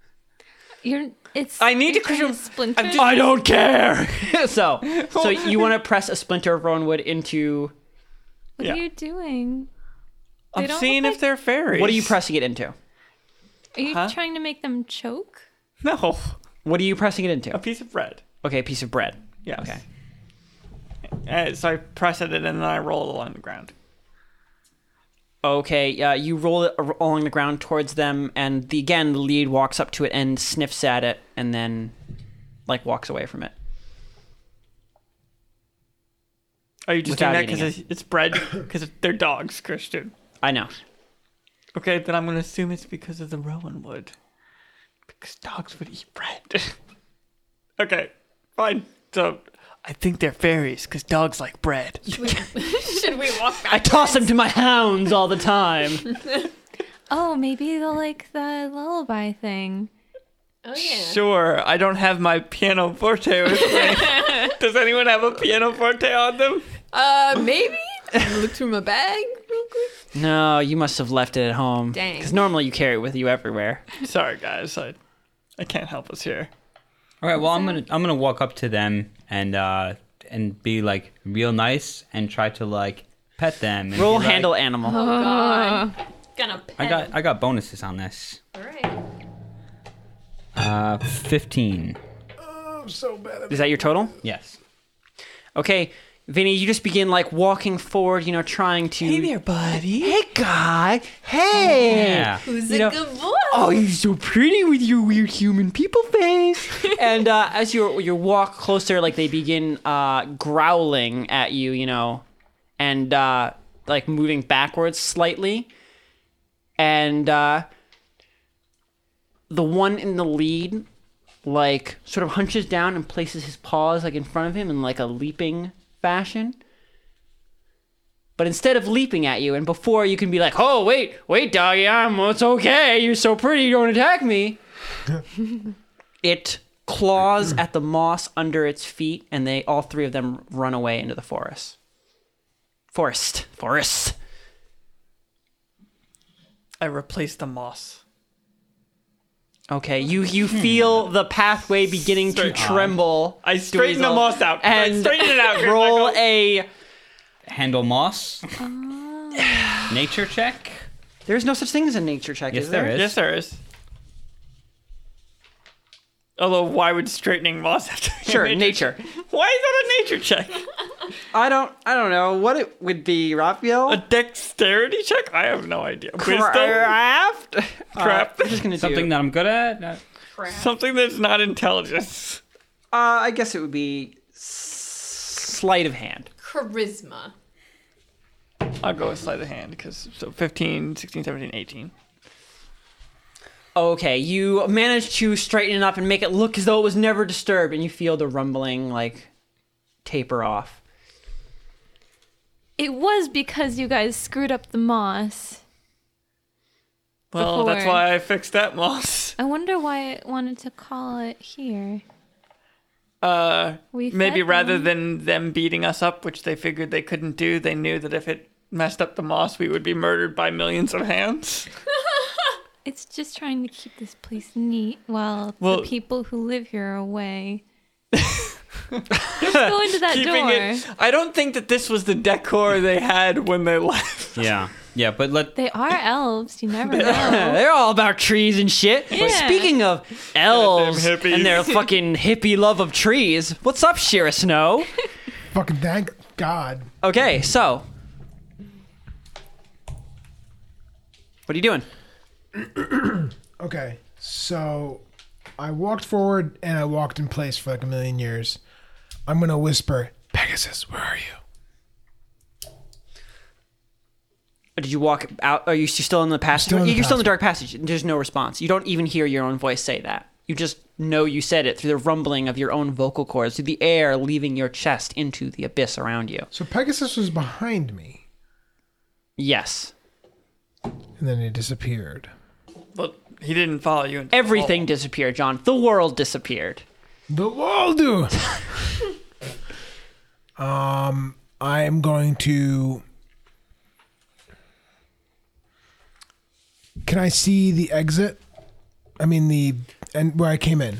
G: You're it's
A: I need
G: you're
A: to
G: trying
A: control-
G: splinter.
A: I don't care. so, so you want to press a splinter of rowan wood into?
G: what
F: Yeah.
G: are you doing?
F: I'm
G: don't look
F: seeing if
G: like-
F: they're fairies.
A: What are you pressing it into?
G: Are you
F: Huh?
G: trying to make them choke?
F: No,
A: What are you pressing it
F: a
A: into?
F: piece of bread.
A: Okay, a piece of bread.
F: Yes.
A: Okay.
F: Okay. Uh, so I press it in and then I roll it along the ground.
A: Okay, uh, you roll it ar- along the ground towards them, and the, again, the lead walks up to it and sniffs at it, and then, like, walks away from it.
F: Are you just
A: Without
F: doing that
A: eating
F: because it's, it's bread? Because they're dogs, Christian.
A: I know.
F: Okay, then I'm going to assume it's because of the rowan wood. Because dogs would eat bread. okay, fine. So I think they're fairies because dogs like bread.
I: Should we walk back?
A: I toss them to my hounds all the time.
B: Oh, maybe the like the lullaby thing.
I: Oh yeah.
F: Sure, I don't have my piano forte with me. Does anyone have a piano forte on them?
H: Uh, maybe. I'm gonna look through my bag real quick.
A: no, you must have left it at home.
H: Dang.
A: Because normally you carry it with you everywhere.
F: Sorry, guys. I, I can't help us here.
C: All right. Well, I'm gonna I'm gonna walk up to them and uh and be like real nice and try to like pet them. And
A: Roll
C: be like,
A: handle animal.
I: Gonna pet
C: I got I got bonuses on this.
I: All right.
C: Uh, fifteen.
A: Is that your total?
C: Yes.
A: Okay, Vinny, you just begin, like, walking forward, you know, trying to. Hey there, buddy. Oh, Hey, guy. Hey.
C: Yeah.
I: Who's
A: You
I: a
A: know-
I: good boy?
A: Oh, you're so pretty with your weird human people face. and uh, as you you walk closer, like they begin uh, growling at you, you know, and uh, like moving backwards slightly. And uh, the one in the lead, like, sort of hunches down and places his paws like in front of him in like a leaping fashion. But instead of leaping at you, and before you can be like, oh, wait, wait, doggy, I'm, it's okay, you're so pretty, don't attack me. it claws at the moss under its feet, and they, all three of them, run away into the forest. Forest. Forest.
F: I replaced the moss.
A: Okay, you, you feel the pathway beginning to tremble.
F: Hmm. I straighten the
A: Dweezil,
F: moss out. I
A: And
F: straighten it out.
A: roll a.
C: Handle moss.
I: Ah.
C: Nature check.
A: There's no such thing as a nature check,
C: Yes,
A: is there?
C: there is.
F: Yes, there is. Although, why would straightening moss have to be a
A: Sure,
F: nature?
A: nature.
F: Why is that a nature check?
A: I don't, I don't know what it would be, Raphael.
F: A dexterity check? I have no idea. Wisdom?
A: Craft.
F: Crap.
A: uh, I'm just gonna
C: Something
A: do.
C: that I'm good at. Uh,
F: Something that's not intelligence.
A: uh, I guess it would be s- sleight of hand.
I: Charisma.
F: I'll go with sleight of hand because so 15, 16, 17, 18.
A: Okay, you manage to straighten it up and make it look as though it was never disturbed, and you feel the rumbling like taper off.
B: It was because you guys screwed up the moss.
F: Well, that's
B: Before.
F: why I fixed that moss.
B: I wonder why it wanted to call it here.
F: Uh,
B: We fed
F: maybe rather
B: them.
F: than them beating us up, which they figured they couldn't do, they knew that if it messed up the moss, we would be murdered by millions of hands.
B: It's just trying to keep this place neat while
F: Well-
B: the people who live here are away. Let's go into that
F: Keeping
B: door.
F: it, I don't think that this was the decor they had when they left.
C: yeah. Yeah, but let
B: They are elves. You never know.
A: Uh, They're all about trees and shit. But
B: Yeah.
A: Speaking of elves
F: hippies.
A: and their fucking hippie love of trees, what's up, Shira Snow?
E: Fucking thank God.
A: Okay, so what are you doing?
E: Okay, so I walked forward and I walked in place for like a million years. I'm gonna whisper, Pegasus, where are you?
A: Or Did you walk out? Are you s- still in the passage?
E: still in the
A: You're still in the dark passage. There's no response. You don't even hear your own voice say that. You just know you said it through the rumbling of your own vocal cords, through the air leaving your chest into the abyss around you.
E: So Pegasus was behind me,
A: Yes.
E: and then he disappeared.
F: But he didn't follow you. Into the
A: Everything disappeared, John. The world disappeared.
E: The wall, dude. um, I am going to. Can I see the exit? I mean the and where I came in.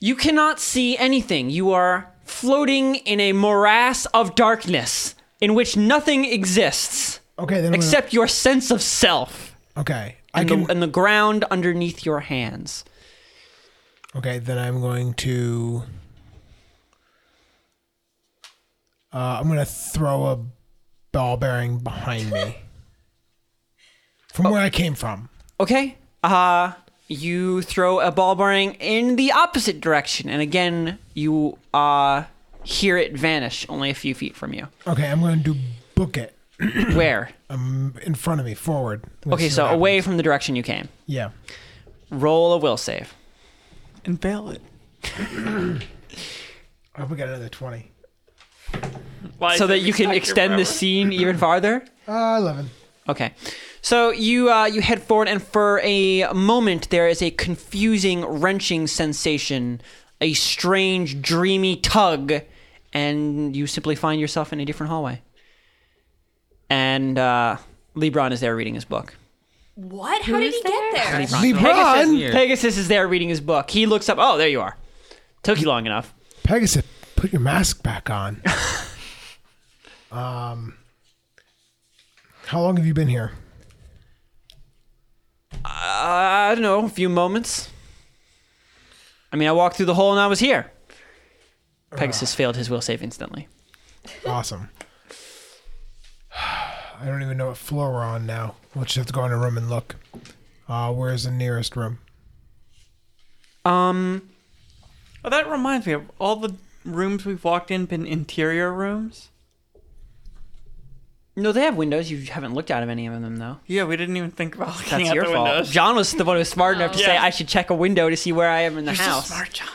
A: You cannot see anything. You are floating in a morass of darkness in which nothing exists
E: Okay, then. I'm gonna-
A: except your sense of self
E: okay, I
A: and,
E: can.
A: the, and the ground underneath your hands.
E: Okay, then I'm going to Uh, I'm gonna throw a ball bearing behind me from
A: Oh.
E: where I came from.
A: Okay. Uh you throw a ball bearing in the opposite direction, and again you uh hear it vanish only a few feet from you.
E: Okay, I'm gonna do book it
A: Where?
E: um, in front of me, forward. Let's
A: Okay,
E: see
A: so
E: what happens.
A: away from the direction you came.
E: Yeah.
A: Roll a will save.
F: and bail it.
E: I hope we got another twenty.
F: Why
A: so
F: does
A: that
F: it
A: you can
F: stuck here
A: extend
F: forever?
A: the scene even farther.
E: Uh, Eleven.
A: Okay, so you uh, you head forward, and for a moment there is a confusing, wrenching sensation, a strange, dreamy tug, and you simply find yourself in a different hallway. And uh, LeBron is there reading his book.
I: What? How did he get there?
E: LeBron.
C: Here.
A: Pegasus is there reading his book. He looks up. Oh, there you are. Took you long enough.
E: Pegasus, put your mask back on. um, how long have you been here?
A: I don't know, a few moments. I mean, I walked through the hole and I was here. Pegasus failed his will save instantly.
E: Awesome. I don't even know what floor we're on now. We'll just have to go in a room and look. Uh, where's the nearest room?
A: Um,
F: Oh, that reminds me of all the rooms we've walked in been interior rooms.
A: no, they have windows. You haven't looked out of any of them though.
F: Yeah, we didn't even think about looking
A: That's
F: out
A: your
F: the
A: fault.
F: windows.
A: John was the one who was smart enough to say
F: Yeah.
A: I should check a window to see where I am in the
F: You're so
A: house.
F: smart, John.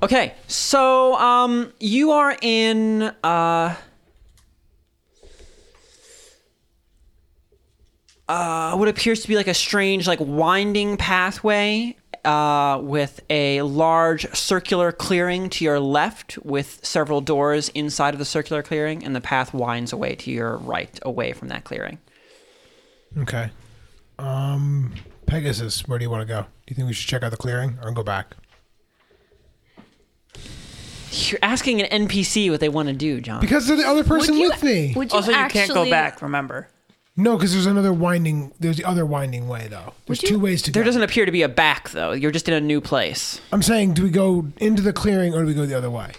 A: Okay, so um, you are in uh, uh, what appears to be like a strange, like winding pathway uh, with a large circular clearing to your left, with several doors inside of the circular clearing, and the path winds away to your right, away from that clearing.
E: Okay. Um, Pegasus, where do you want to go? Do you think we should check out the clearing or go back?
A: You're asking an NPC what they want to do, John.
E: Because they're the other person
G: you-
E: with me.
G: Would you
F: Also, you
G: actually,
F: can't go back. Remember,
E: No, because there's another winding. There's the other winding way though. There's two ways to
A: there
E: go.
A: doesn't appear to be a back though. You're just in a new place.
E: I'm saying, do we go into the clearing or do we go the other way?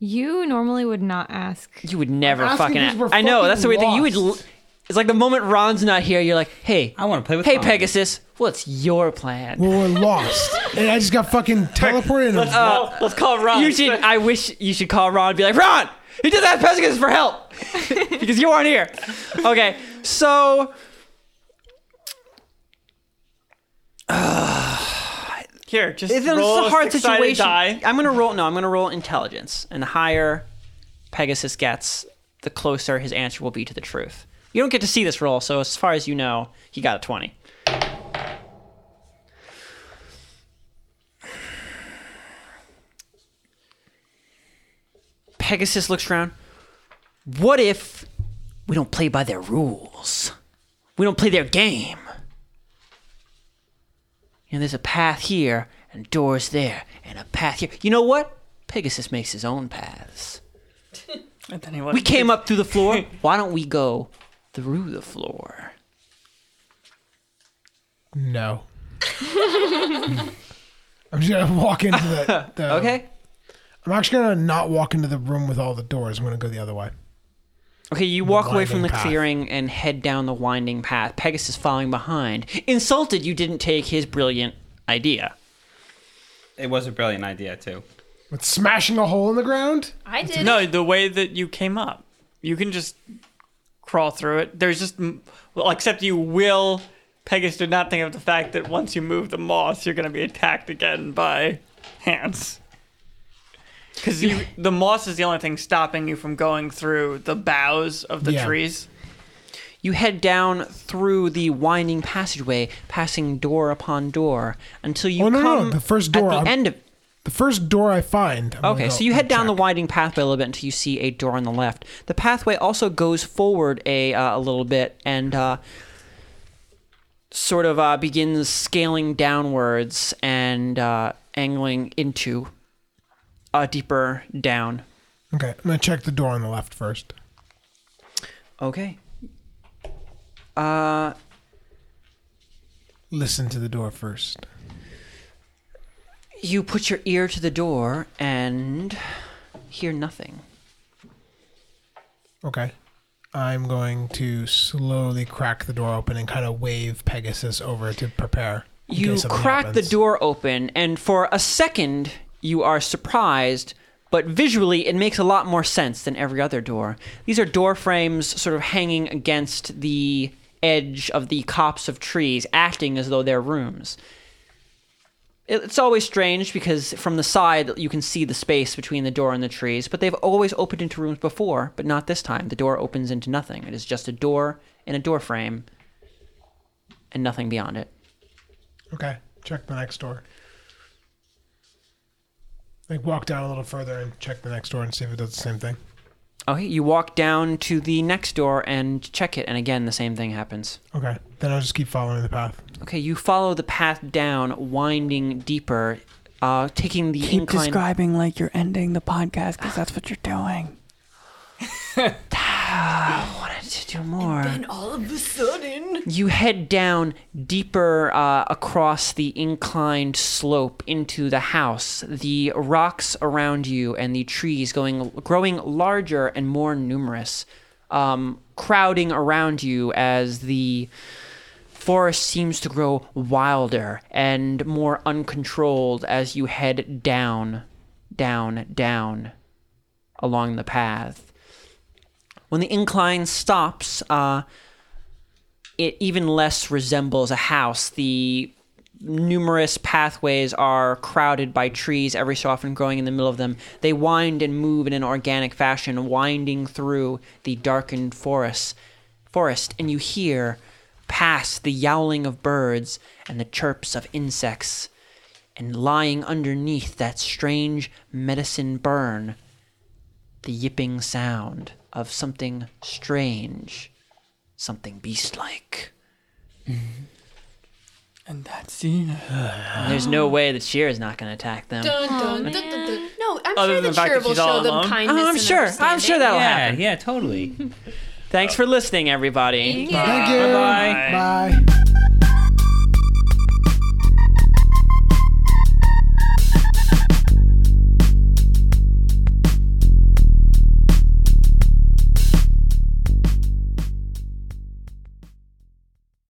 G: You normally would not ask.
A: You would never
E: asking
A: fucking.
E: because
A: a-
E: we're
A: I know that's the way
E: fucking
A: thing. You would. l-
E: lost.
A: It's like the moment Ron's not here, you're like, "Hey,
C: I wanna play with
A: Hey,
C: Ron."
A: Pegasus, what's your plan?
E: Well, we're lost, and I just got fucking teleported. And
A: Uh, let's call Ron. You should. I wish you should call Ron. and Be like, Ron, he just asked Pegasus for help because you aren't here. Okay, so
F: here, just
A: it's, it's
F: roll
A: a hard
F: six-sided
A: situation.
F: die.
A: I'm gonna roll. No, I'm gonna roll intelligence, and the higher Pegasus gets, the closer his answer will be to the truth. You don't get to see this roll, so as far as you know, he got a twenty. Pegasus looks around. What if we don't play by their rules? We don't play their game. You know, there's a path here and doors there and a path here. You know what? Pegasus makes his own paths.
F: And then he went,
A: We came up through the floor. Why don't we go through the floor?
E: no. I'm just gonna walk into the. the
A: Okay.
E: I'm actually gonna not walk into the room with all the doors. I'm gonna go the other way.
A: Okay, you walk away from the
E: winding path.
A: clearing and head down the winding path. Pegasus following behind. Insulted you didn't take his brilliant idea.
C: It was a brilliant idea too.
E: With smashing a hole in the ground?
I: I did.
F: No, the way that you came up, you can just crawl through it. There's just, well, except you will. Pegasus did not think of the fact that once you move the moss, you're going to be attacked again by ants. Because the moss is the only thing stopping you from going through the boughs of the
E: Yeah.
F: trees.
A: You head down through the winding passageway, passing door upon door, until you
E: Oh, no, no,
A: come
E: the first door,
A: at
E: I'm-
A: the end of
E: The first door I find. I'm gonna
A: Okay,
E: go
A: so you head
E: and
A: down the
E: check.
A: winding pathway a little bit until you see a door on the left. The pathway also goes forward a uh, a little bit and uh, sort of uh, begins scaling downwards and uh, angling into a deeper down.
E: Okay, I'm gonna check the door on the left first.
A: Okay.
E: Listen to the door first.
A: You put your ear to the door and hear nothing.
E: Okay. I'm going to slowly crack the door open and kind of wave Pegasus over to prepare. in
A: You
E: case something
A: crack the
E: happens.
A: door open, and for a second, you are surprised, but visually, it makes a lot more sense than every other door. These are door frames sort of hanging against the edge of the copse of trees, acting as though they're rooms. It- It's always strange because from the side you can see the space between the door and the trees, but they've always opened into rooms before, but not this time. The door opens into nothing. It is just a door and a door frame and nothing beyond it.
E: Okay. Check the next door. Like walk down a little further and check the next door and see if it does the same thing.
A: Okay, you walk down to the next door and check it, and again, the same thing happens.
E: Okay. Then I'll just keep following the path.
A: Okay, you follow the path down, winding deeper, uh, taking the
F: Keep
A: incline.
F: describing like you're ending the podcast because that's what you're doing.
A: I wanted to do more.
I: And all of a sudden,
A: You head down deeper uh, across the inclined slope into the house. The rocks around you and the trees going growing larger and more numerous, um, crowding around you as the forest seems to grow wilder and more uncontrolled as you head down, down, down along the path. When the incline stops, uh, it even less resembles a house. The numerous pathways are crowded by trees, every so often growing in the middle of them. They wind and move in an organic fashion, winding through the darkened forest. Forest, and you hear past the yowling of birds and the chirps of insects. And lying underneath that strange medicine burn, the yipping sound of something strange something beast like.
F: And that's the.
A: There's no way that Sheer is not going to attack them.
H: Oh,
I: no, I'm
F: Other
I: sure
F: than
I: the,
F: the fact
I: cheer
F: that
I: will
F: she's all
I: show
F: alone? Oh,
I: them kindness.
A: Ah, I'm
I: and
A: sure. I'm
I: understanding.
A: sure that'll happen.
C: yeah, totally.
A: Thanks for listening, everybody.
E: Thank you. Bye.